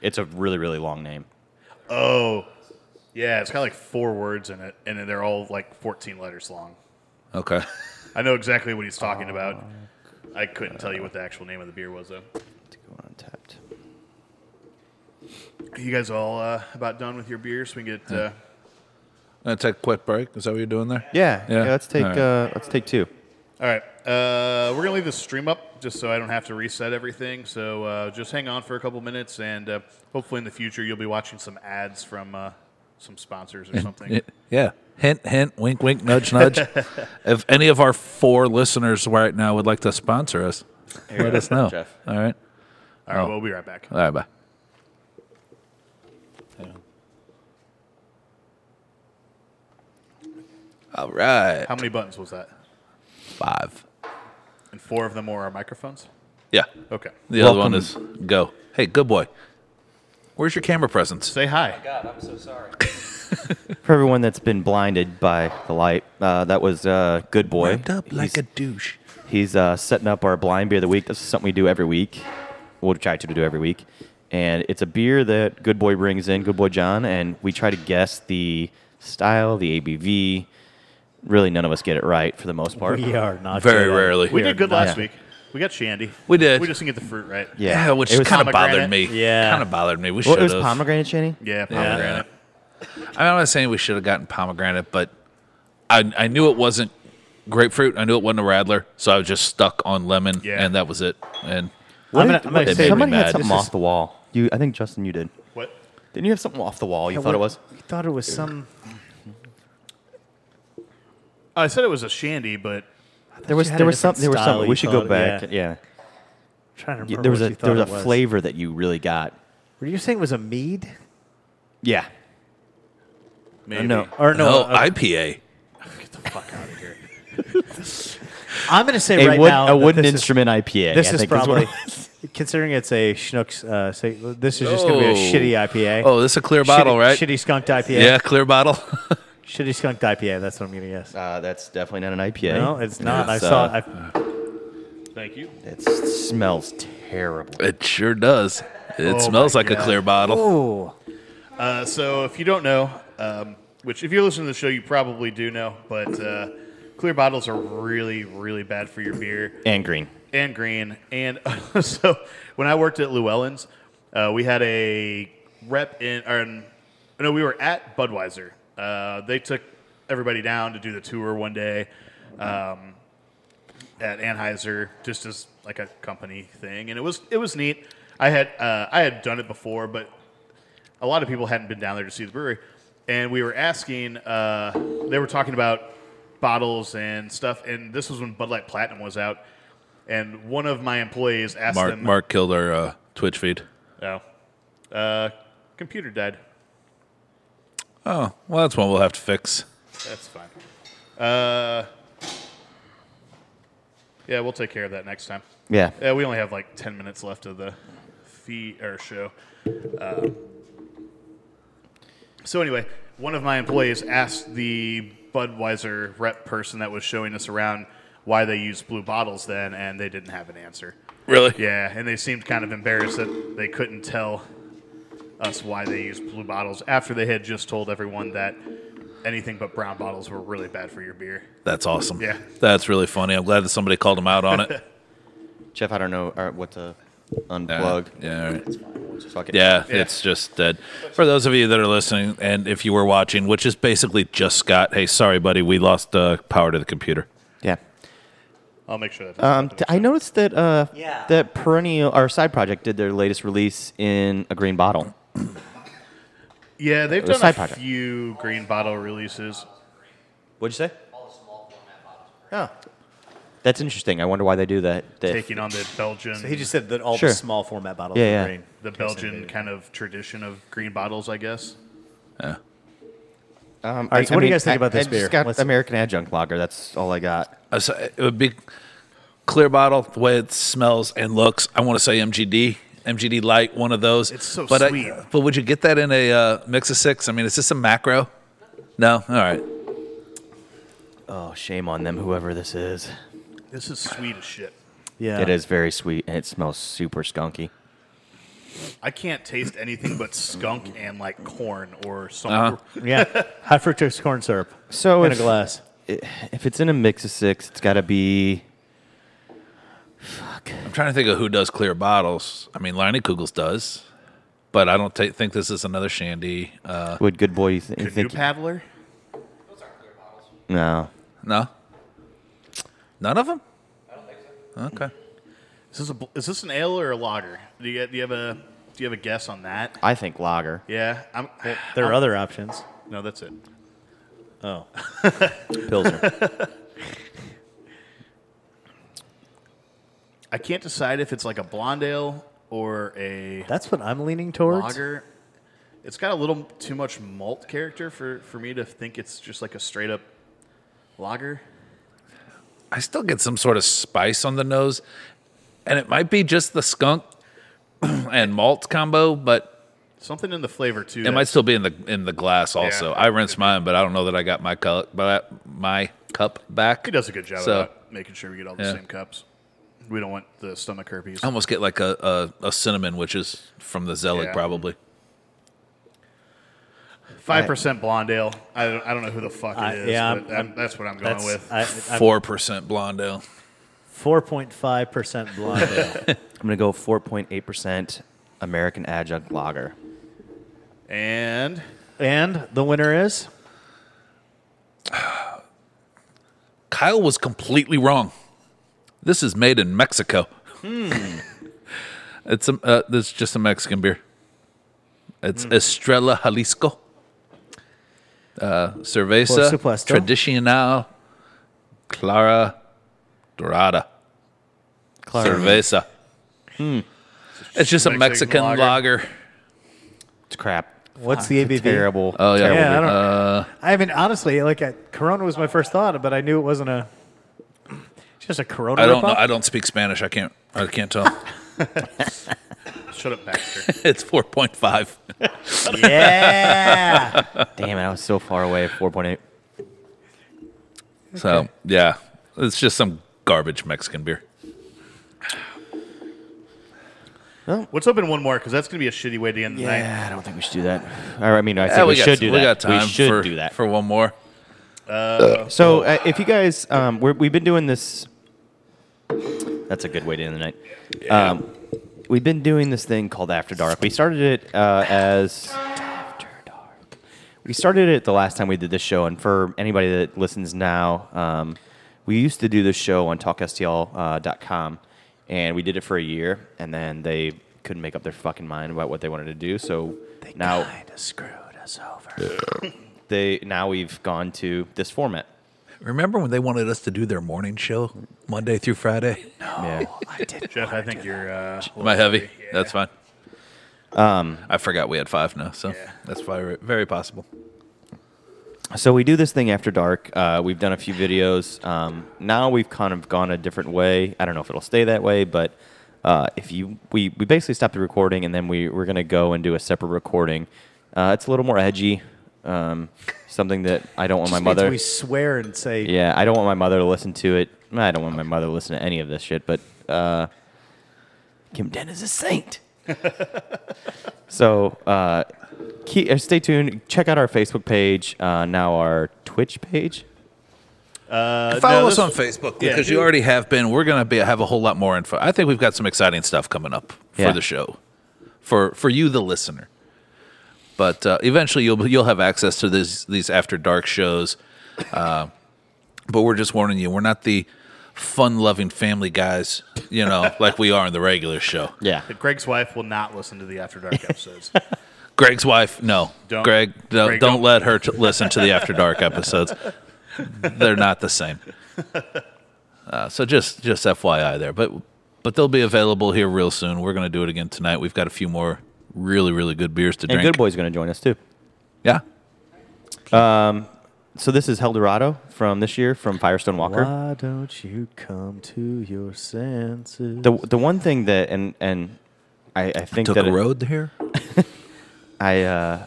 S1: It's a really, really long name.
S4: Oh, yeah. It's got like four words in it, and then they're all like 14 letters long.
S2: Okay. [LAUGHS]
S4: I know exactly what he's talking about. I couldn't tell you what the actual name of the beer was though.
S1: To go untapped.
S4: You guys all uh, about done with your beer, so we can get. Uh,
S2: Let's Uh, take a quick break. Is that what you're doing there?
S1: Yeah.
S2: Yeah.
S1: Yeah. let's take
S2: All right.
S1: uh, let's take two.
S4: All right, uh, we're gonna leave the stream up just so I don't have to reset everything. So uh, just hang on for a couple minutes, and uh, hopefully in the future you'll be watching some ads from uh, some sponsors or something.
S2: Y- Yeah. Hint, hint, wink, wink, nudge, nudge. if any of our four listeners right now would like to sponsor us, let us know.
S1: Jeff.
S2: All right.
S4: All right,
S2: Oh.
S4: we'll be right back.
S2: All right. Bye. All right.
S4: How many buttons was that?
S2: Five.
S4: And four of them were our microphones.
S2: Yeah.
S4: Okay,
S2: The other one is go. Hey, good boy. Where's your camera presence?
S4: say hi.
S1: God, I'm so sorry. For everyone that's been blinded by the light, uh, that was uh, good boy.
S2: Wrapped up like
S1: he's
S2: a douche.
S1: he's uh, setting up our blind beer of the week. This is something we do every week. We'll try to do every week, and it's a beer that Good Boy brings in, Good Boy John, and we try to guess the style, the ABV. Really, none of us get it right for the most part.
S5: We uh, are not
S2: Very
S5: good
S3: uh,
S5: at-
S2: rarely.
S4: We did good last
S1: yeah.
S4: week. We got Shandy.
S2: We did.
S4: We just didn't get the fruit right.
S2: Yeah, [LAUGHS] which
S1: It was-
S2: kind of bothered me.
S4: pomegranate.
S5: Yeah.
S2: kind of bothered me. We
S1: What
S2: should
S1: it was
S2: have.
S1: pomegranate, Shanny?
S4: Yeah, pomegranate.
S2: I mean, I'm not saying we should have gotten pomegranate, but I I knew it wasn't grapefruit. I knew it wasn't a radler, so I was just stuck on lemon,
S4: Yeah.
S2: and that was it. And
S5: I'm gonna,
S1: What
S5: I'm
S1: did-
S5: gonna
S2: It
S5: say
S2: made me
S1: somebody had
S2: mad.
S1: something
S2: This
S1: off the wall. You, I think Justin, you did.
S4: What?
S1: Didn't you have something off the wall? You
S5: Yeah,
S1: thought it
S5: what-
S1: was.
S5: We thought it was some.
S4: I said it was a Shandy, but
S1: There was
S5: had
S1: there
S5: a
S1: was
S5: different
S1: something there was
S5: style
S1: something
S5: you
S1: we should go
S5: thought,
S1: back.
S5: yeah.
S1: Yeah.
S5: Trying to
S1: Yeah,
S5: remember
S1: there was
S5: what
S1: a
S5: you
S1: there was a
S5: thought it
S1: flavor that you really got.
S5: Were you saying it was a mead?
S1: Yeah.
S4: maybe.
S1: No.
S5: Or
S2: no,
S5: no? uh,
S2: IPA.
S4: Get the fuck out of here.
S5: I'm gonna say
S1: A,
S5: right
S1: wood,
S5: now
S1: a
S5: that
S1: wooden
S5: this is-
S1: instrument IPA.
S5: This
S1: I
S5: is
S1: think what-
S5: probably, considering it's a Schnucks. Uh, say, this is just going to be a
S2: Oh.
S5: shitty IPA.
S2: Oh, this is a clear bottle,
S5: shitty,
S2: right?
S5: Shitty skunked IPA.
S2: yeah. clear bottle. [LAUGHS]
S5: Shitty skunked IPA. That's what I'm going to guess.
S1: uh, that's definitely not an IPA.
S5: No, it's not. I
S1: It's,
S5: saw.
S1: uh,
S5: it. I,
S4: Thank you.
S1: it's- It smells terrible.
S2: it sure does. It
S4: Oh my
S2: smells like a
S4: God.
S2: clear bottle.
S5: oh,
S4: Uh, so if you don't know, um, which if you're listening to the show, you probably do know, but uh, clear bottles are really, really bad for your beer
S1: And green.
S4: and green. And [LAUGHS] so when I worked at Llewellyn's, uh, we had a rep in, or in- no, we were at Budweiser. Uh, they took everybody down to do the tour one day um, at Anheuser, just as like a company thing, and it was it was neat. I had uh, I had done it before, but a lot of people hadn't been down there to see the brewery, and we were asking. Uh, they were talking about bottles and stuff, and this was when Bud Light Platinum was out. And one of my employees asked
S2: Mark
S4: them,
S2: Mark killed our uh, Twitch feed.
S4: "Oh, uh, computer died.
S2: Oh, well, that's one we'll have to fix.
S4: That's fine. Uh, yeah, we'll take care of that next time.
S1: Yeah.
S4: Yeah, we only have like ten minutes left of the fee or show. Uh, so anyway, one of my employees asked the Budweiser rep person that was showing us around why they used blue bottles then, and they didn't have an answer.
S2: Really?
S4: Yeah, and they seemed kind of embarrassed that they couldn't tell us why they used blue bottles after they had just told everyone that anything but brown bottles were really bad for your beer.
S2: That's awesome.
S4: Yeah.
S2: That's really funny. I'm glad that somebody called him out on it.
S4: [LAUGHS]
S1: Jeff, I don't know uh, what to unplug.
S2: Yeah. All right.
S1: Fuck it.
S2: Yeah,
S4: Yeah.
S2: it's just dead. For those of you that are listening, and if you were watching, which is basically just Scott. Hey, sorry, buddy, we lost uh, power to the computer.
S1: Yeah.
S4: I'll make sure that. doesn't
S1: Um,
S4: happen
S1: t-
S4: next
S1: I noticed that uh,
S5: Yeah.
S1: that Perennial, our side project, did their latest release in a green bottle.
S4: Yeah, they've
S1: It was
S4: done a
S1: uh, side project.
S4: few green bottle releases.
S1: What'd you say? Oh. That's interesting. I wonder why they do that. That-
S4: taking on the Belgian,
S5: so he just said that all
S1: Sure.
S5: the small format bottles.
S1: Yeah,
S5: were
S1: yeah.
S5: green.
S4: the Belgian kind of tradition of green bottles, I guess.
S1: Um,
S5: All right, so what do you guys think about this
S1: I
S5: beer?
S1: Just got
S5: Let's-
S1: American Adjunct Lager. That's all I got.
S2: Uh, so It would be clear bottle, the way it smells and looks. I want to say MGD, MGD Light, one of those.
S4: It's so
S2: but I-
S4: sweet.
S2: but would you get that in a uh, mix of six? I mean, is this a macro? No. All right.
S1: Oh, shame on them, whoever this is.
S4: This is sweet as shit.
S5: Yeah,
S1: It is very sweet, and it smells super skunky.
S4: I can't taste anything but skunk and like corn or some.
S5: Uh-huh. [LAUGHS] Yeah, high fructose corn syrup
S1: So
S5: in a
S1: [SIGHS] if-
S5: glass.
S1: If it's in a mix of six, it's got to be
S2: I'm trying to think of who does clear bottles. I mean, Liney Kugels does, but I don't ta think this is another shandy. Uh,
S1: Would good boy you, th- you
S4: Canoe
S1: think?
S4: paddler.
S1: No.
S2: no, none of them. I don't think so. Okay.
S4: Is this a bl- is this an ale or a lager? Do you do you have a do you have a guess on that?
S1: I think
S2: [LAUGHS]
S1: lager.
S4: Yeah, I'm.
S5: There are other options.
S4: No, that's it.
S5: Oh,
S1: Pilsner.
S4: I can't decide if it's like a blonde ale or a
S5: that's what I'm leaning towards.
S4: lager. It's got a little too much malt character for, for me to think it's just like a straight up lager.
S2: I still get some sort of spice on the nose, and it might be just the skunk [CLEARS THROAT] and malt combo, but
S4: Something in the flavor too.
S2: it might
S4: that's-
S2: still be in the in the glass. Also, I rinsed mine, but I don't know that I got my cup, but my cup back.
S4: he does a good job
S2: So-
S4: of that, making sure we get all the
S2: Yeah.
S4: same cups. We don't want the stomach herpes.
S2: I almost get like a, a, a cinnamon, which is from the Zelig,
S4: Yeah.
S2: probably.
S4: Five percent blonde ale. I don't, I don't know who the fuck
S5: I-
S4: it is.
S5: yeah,
S4: but
S5: I'm-
S4: I'm- that's what I'm going
S5: That's
S4: with.
S2: Four percent blonde ale.
S5: four point five percent blonde
S1: [LAUGHS]
S5: ale.
S1: I'm going to go 4.8% American adjunct lager.
S4: and
S5: and the winner is
S2: Kyle was completely wrong. This is made in Mexico. [LAUGHS] it's a, uh, it's just a Mexican beer. It's Estrella Jalisco. Uh, cerveza
S5: Por supuesto.
S2: Tradicional Clara Dorada. Cerveza. It's just a Mexican
S4: Mexican
S2: lager.
S4: lager.
S1: It's crap.
S5: what's the ABV?
S1: Terrible.
S2: Oh, yeah.
S1: terrible Uh,
S5: Yeah, I
S1: beer.
S5: don't.
S2: Uh,
S5: I mean, honestly, like I, Corona was my first thought, but I knew it wasn't a. It's just a Corona.
S2: I don't know.
S5: ripoff.
S2: I don't speak Spanish. I can't. I can't tell. [LAUGHS]
S4: shut up, Baxter. [LAUGHS]
S2: it's four point five.
S4: [LAUGHS]
S5: Yeah. [LAUGHS]
S1: Damn it, I was so far away. 4.8.
S2: So yeah, it's just some garbage Mexican beer.
S4: What's up in one more? Because that's going to be a shitty way to end the night.
S1: Yeah, I don't think we should do that. Or, I mean, I think
S2: Yeah,
S1: we,
S2: got-
S1: should do
S2: we
S1: that.
S2: Got time
S1: we should
S2: for,
S1: do that.
S2: for one more.
S1: So, uh, if you guys, um, we're, we've been doing this. That's a good way to end the night. Um, we've been doing this thing called After Dark. We started it uh, as After Dark. We started it the last time we did this show, and for anybody that listens now, um, we used to do this show on TalkSTL.com, and we did it for a year, and then they couldn't make up their fucking mind about what they wanted to do. So now
S5: of screwed us over.
S1: they now we've gone to this format.
S2: Remember when they wanted us to do their morning show Monday through Friday?
S1: Yeah.
S5: I did.
S4: Jeff, I think you're. Uh, a
S2: Am I
S4: little
S2: heavy?
S4: Yeah.
S2: That's fine. Um, I forgot we had five now, so
S4: Yeah.
S2: that's very, very possible.
S1: So we do this thing after dark. Uh, we've done a few videos. Um, now we've kind of gone a different way. I don't know if it'll stay that way, but uh, if you we, we basically stop the recording and then we we're gonna go and do a separate recording. Uh, it's a little more edgy. Um, something that I don't want my mother.
S5: We swear and say
S1: Yeah, I don't want my mother to listen to it. I don't want my mother to listen to any of this shit, but uh, Kim Den is a saint. [LAUGHS] so uh, keep, uh, stay tuned. Check out our Facebook page, uh, now our Twitch page.
S4: Uh,
S2: Follow
S4: no,
S2: us
S4: this-
S2: on Facebook
S4: yeah.
S2: because you already have been. We're gonna be have a whole lot more info. I think we've got some exciting stuff coming up
S1: Yeah.
S2: for the show, for for you the listener. But uh, eventually you'll you'll have access to these these after dark shows. Uh, but we're just warning you, we're not the fun loving family guys, you know, [LAUGHS] like we are in the regular show.
S1: Yeah.
S4: Greg's wife will not listen to the After Dark episodes.
S2: Greg's wife, no,
S4: Don't-
S2: Greg, don't,
S4: Greg,
S2: don't,
S4: don't.
S2: let her t- listen to the After Dark episodes. They're not the
S4: [LAUGHS]
S2: same. Uh, so just just FYI there, but but they'll be available here real soon. We're gonna do it again tonight. We've got a few more really really good beers to
S1: And
S2: drink.
S1: Good Boy's going to join us too.
S2: Yeah,
S1: So this is Heldorado from this year from Firestone Walker.
S5: Why don't you come to your senses?
S1: The the one thing that and and I, I think
S2: took
S1: that
S2: a
S1: it-
S2: road here.
S1: I, uh,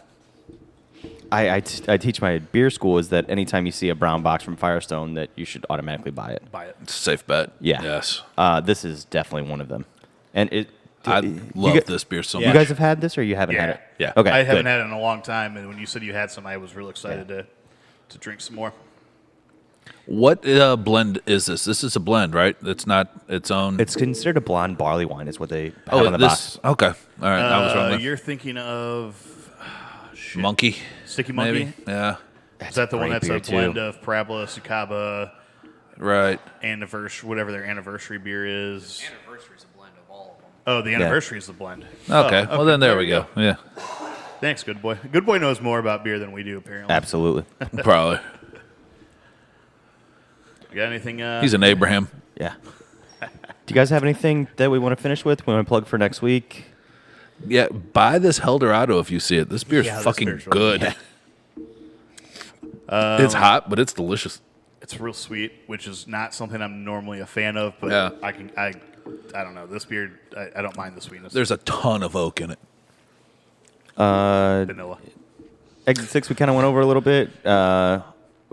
S1: I, I, t- I teach my beer school is that anytime you see a brown box from Firestone, that you should automatically buy it.
S4: Buy it.
S2: It's a safe bet.
S1: Yeah.
S2: Yes,
S1: Uh, this is definitely one of them. And it.
S2: I
S1: you
S2: love
S1: gu-
S2: this beer so
S1: You
S2: much.
S1: guys have had this, or you haven't had
S4: Yeah.
S1: it?
S2: Yeah.
S1: Okay.
S4: I haven't
S1: good.
S4: had it in a long time, and when you said you had some, I was real excited to to drink some more.
S2: What uh, blend is this? This is a blend, right? It's not its own. Oh,
S1: It's considered a blonde barley wine, is what they have on the
S2: this.
S1: box.
S2: Okay, all right. I was
S4: Uh,
S2: wrong. there.
S4: you're thinking of
S2: Monkey,
S4: Sticky Monkey.
S2: maybe. Yeah,
S4: Is that the
S1: a
S4: one
S1: great
S4: that's a
S1: beer, too.
S4: blend of Parabola, Sukaba,
S2: right.
S4: anniversary, whatever their anniversary beer is?
S6: Anniversary is a blend of all of them.
S4: Oh, the anniversary is the blend.
S2: Okay. Well, then there, we go. Yeah,
S4: Thanks, good boy. Good boy knows more about beer than we do. Apparently,
S1: Absolutely.
S2: probably.
S4: You got anything? Uh,
S2: He's an Abraham.
S1: Yeah. Do you guys have anything that we want to finish with? We want to plug for next week.
S2: Yeah, buy this Helderado if you see it. This beer's
S3: Yeah, this
S2: fucking
S3: beer's really-
S2: good. [LAUGHS] it's hot, but it's delicious.
S4: it's real sweet, which is not something I'm normally a fan of, but
S2: Yeah.
S4: I can I I don't know this beer. I, I don't mind the sweetness.
S2: There's a ton of oak in it.
S4: vanilla.
S1: Exit six, we kind of went over a little bit. Uh,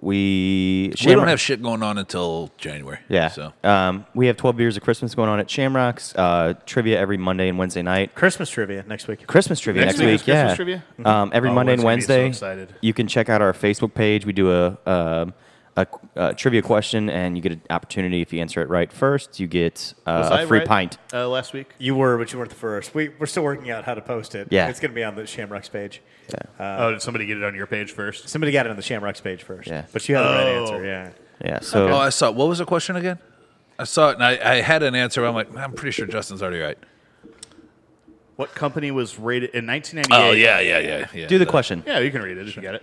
S1: we
S2: We don't have shit going on until January.
S1: yeah.
S2: So
S1: Um, we have twelve beers of Christmas going on at Shamrocks. Uh, trivia every Monday and Wednesday night.
S3: Christmas trivia next week.
S1: Christmas trivia
S4: Next
S1: next,
S4: week
S1: week.
S4: is Christmas
S1: yeah.
S4: trivia?
S1: Um, every
S4: Oh,
S1: Monday and
S4: it's gonna be so
S1: Wednesday.
S4: excited.
S1: You can check out our Facebook page. We do a, um a, a trivia question, and you get an opportunity if you answer it right first. You get uh,
S4: Was I
S1: a free
S4: right,
S1: pint.
S4: uh, last week.
S3: You were, but you weren't the first. We, we're still working out how to post it.
S1: Yeah.
S3: It's going to be on the Shamrocks page.
S4: oh, did somebody get it on your page first?
S3: Somebody got it on the Shamrocks page first.
S1: Yeah.
S3: But you had the right
S4: Oh.
S3: answer, yeah.
S1: Yeah. So
S2: Oh, I saw. What was the question again? I saw it, and I, I had an answer. But I'm like, I'm pretty sure Justin's already right.
S4: What company was rated in 1998?
S2: Oh yeah, yeah, yeah, yeah.
S1: do the question.
S4: yeah. You can read it. if You got it.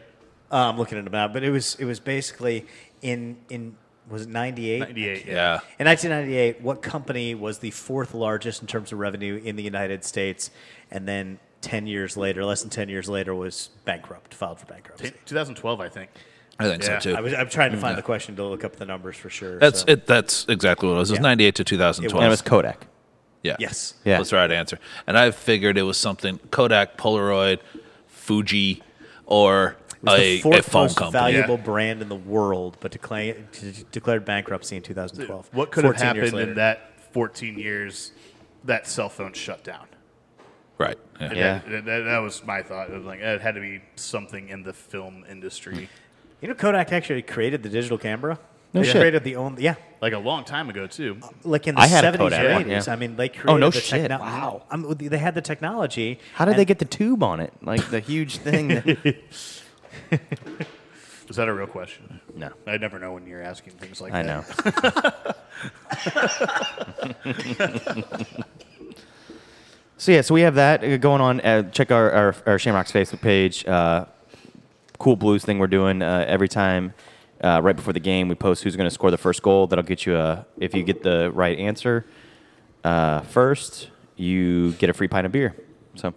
S3: Uh, I'm looking at it now, but it was it was basically in in was it 98?
S4: 98. Yeah.
S2: Yeah,
S3: In 1998, what company was the fourth largest in terms of revenue in the United States, and then 10 years later, less than 10 years later, was bankrupt, filed for bankruptcy.
S4: 2012, I think.
S2: I think
S4: Yeah,
S2: so too.
S3: I was, I'm trying to find the question to look up the numbers for sure.
S2: that's
S3: so-
S2: it. That's exactly what it was. It was
S3: Yeah.
S2: 98 to
S1: and it
S2: 2012.
S1: was Kodak.
S2: yeah.
S3: Yes.
S1: Yeah.
S2: That's the right answer. And I figured it was something Kodak, Polaroid, Fuji, or a,
S3: was the
S2: a
S3: fourth
S2: phone
S3: most
S2: company.
S3: valuable brand in the world, but decla- d- declared bankruptcy in 2012.
S4: What could have
S3: 14 years
S4: happened in
S3: later.
S4: that 14 years that cell phone shut down?
S2: Right. Yeah.
S1: Yeah.
S4: That, that, that was my thought. It was like it had to be something in the film industry,
S3: You know, Kodak actually created the digital camera.
S1: No
S3: they
S1: shit.
S3: created the only yeah,
S4: like a long time ago too.
S3: like in the
S1: I had a
S3: 70s or
S1: Kodak one,
S3: 80s.
S1: yeah.
S3: I mean, they created
S1: Oh, no
S3: the
S1: shit.
S3: techno-
S1: Wow.
S3: I mean, they had the technology.
S1: How did
S3: and-
S1: they get the tube on it? Like the huge thing? [LAUGHS] That,
S4: Is that a real question?
S1: no.
S4: I never know when you're asking things like
S1: I
S4: that.
S1: know. so yeah, so we have that uh, going on. Uh, check our, our our Shamrock's Facebook page. Uh, cool blues thing we're doing uh, every time. Uh, right before the game, we post who's going to score the first goal. That'll get you a if you get the right answer uh, first, you get a free pint of beer. So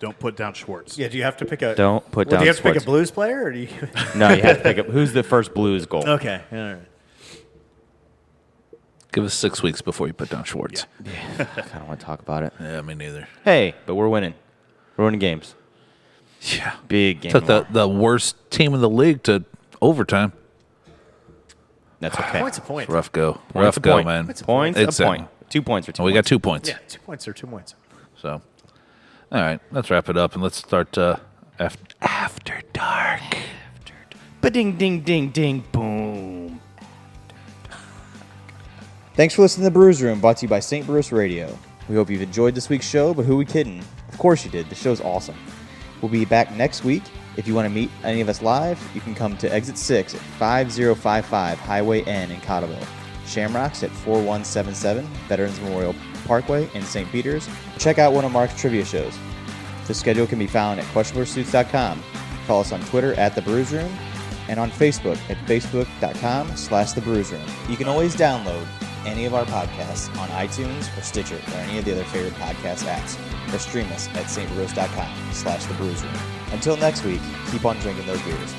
S4: Don't put down Schwartz.
S3: Yeah, do you have to pick a
S1: Don't put
S3: well, Do
S1: down
S3: you have to pick a
S1: sports.
S3: blues player, or do you?
S1: no, you have to pick up who's the first blues goal.
S3: [LAUGHS] okay, all right.
S2: Give us six weeks before you put down Schwartz.
S1: I kind of want to talk about it.
S2: Yeah, me neither.
S1: Hey, but we're winning. We're winning games.
S2: Yeah.
S1: Big game.
S2: Took the, the worst team in the league to overtime.
S1: That's okay.
S3: Points a point.
S2: Rough go.
S1: Points
S2: Rough
S1: a
S2: go,
S1: point.
S2: man.
S1: Points
S2: It's
S1: a point. Two points or two.
S2: We got two points.
S3: Yeah, two points or two points.
S2: So, all right, let's wrap it up and let's start uh, after, after dark.
S1: Ba ding ding ding ding boom.
S7: Thanks for listening to the Brews Room, brought to you by St. Bruce Radio. We hope you've enjoyed this week's show, but who we kidding? Of course you did. The show's awesome. We'll be back next week. If you want to meet any of us live, you can come to Exit 6 at 5055 Highway N in Cottleville, Shamrocks at 4177 Veterans Memorial Parkway in St. Peter's. Check out one of Mark's trivia shows. The schedule can be found at questionablepursuits.com. Follow us on Twitter at The Brews Room and on Facebook at facebook.com slash The Brews Room. You can always download any of our podcasts on iTunes or Stitcher or any of the other favorite podcast apps or stream us at stbrews.com slash The Brews Room. Until next week, keep on drinking those beers.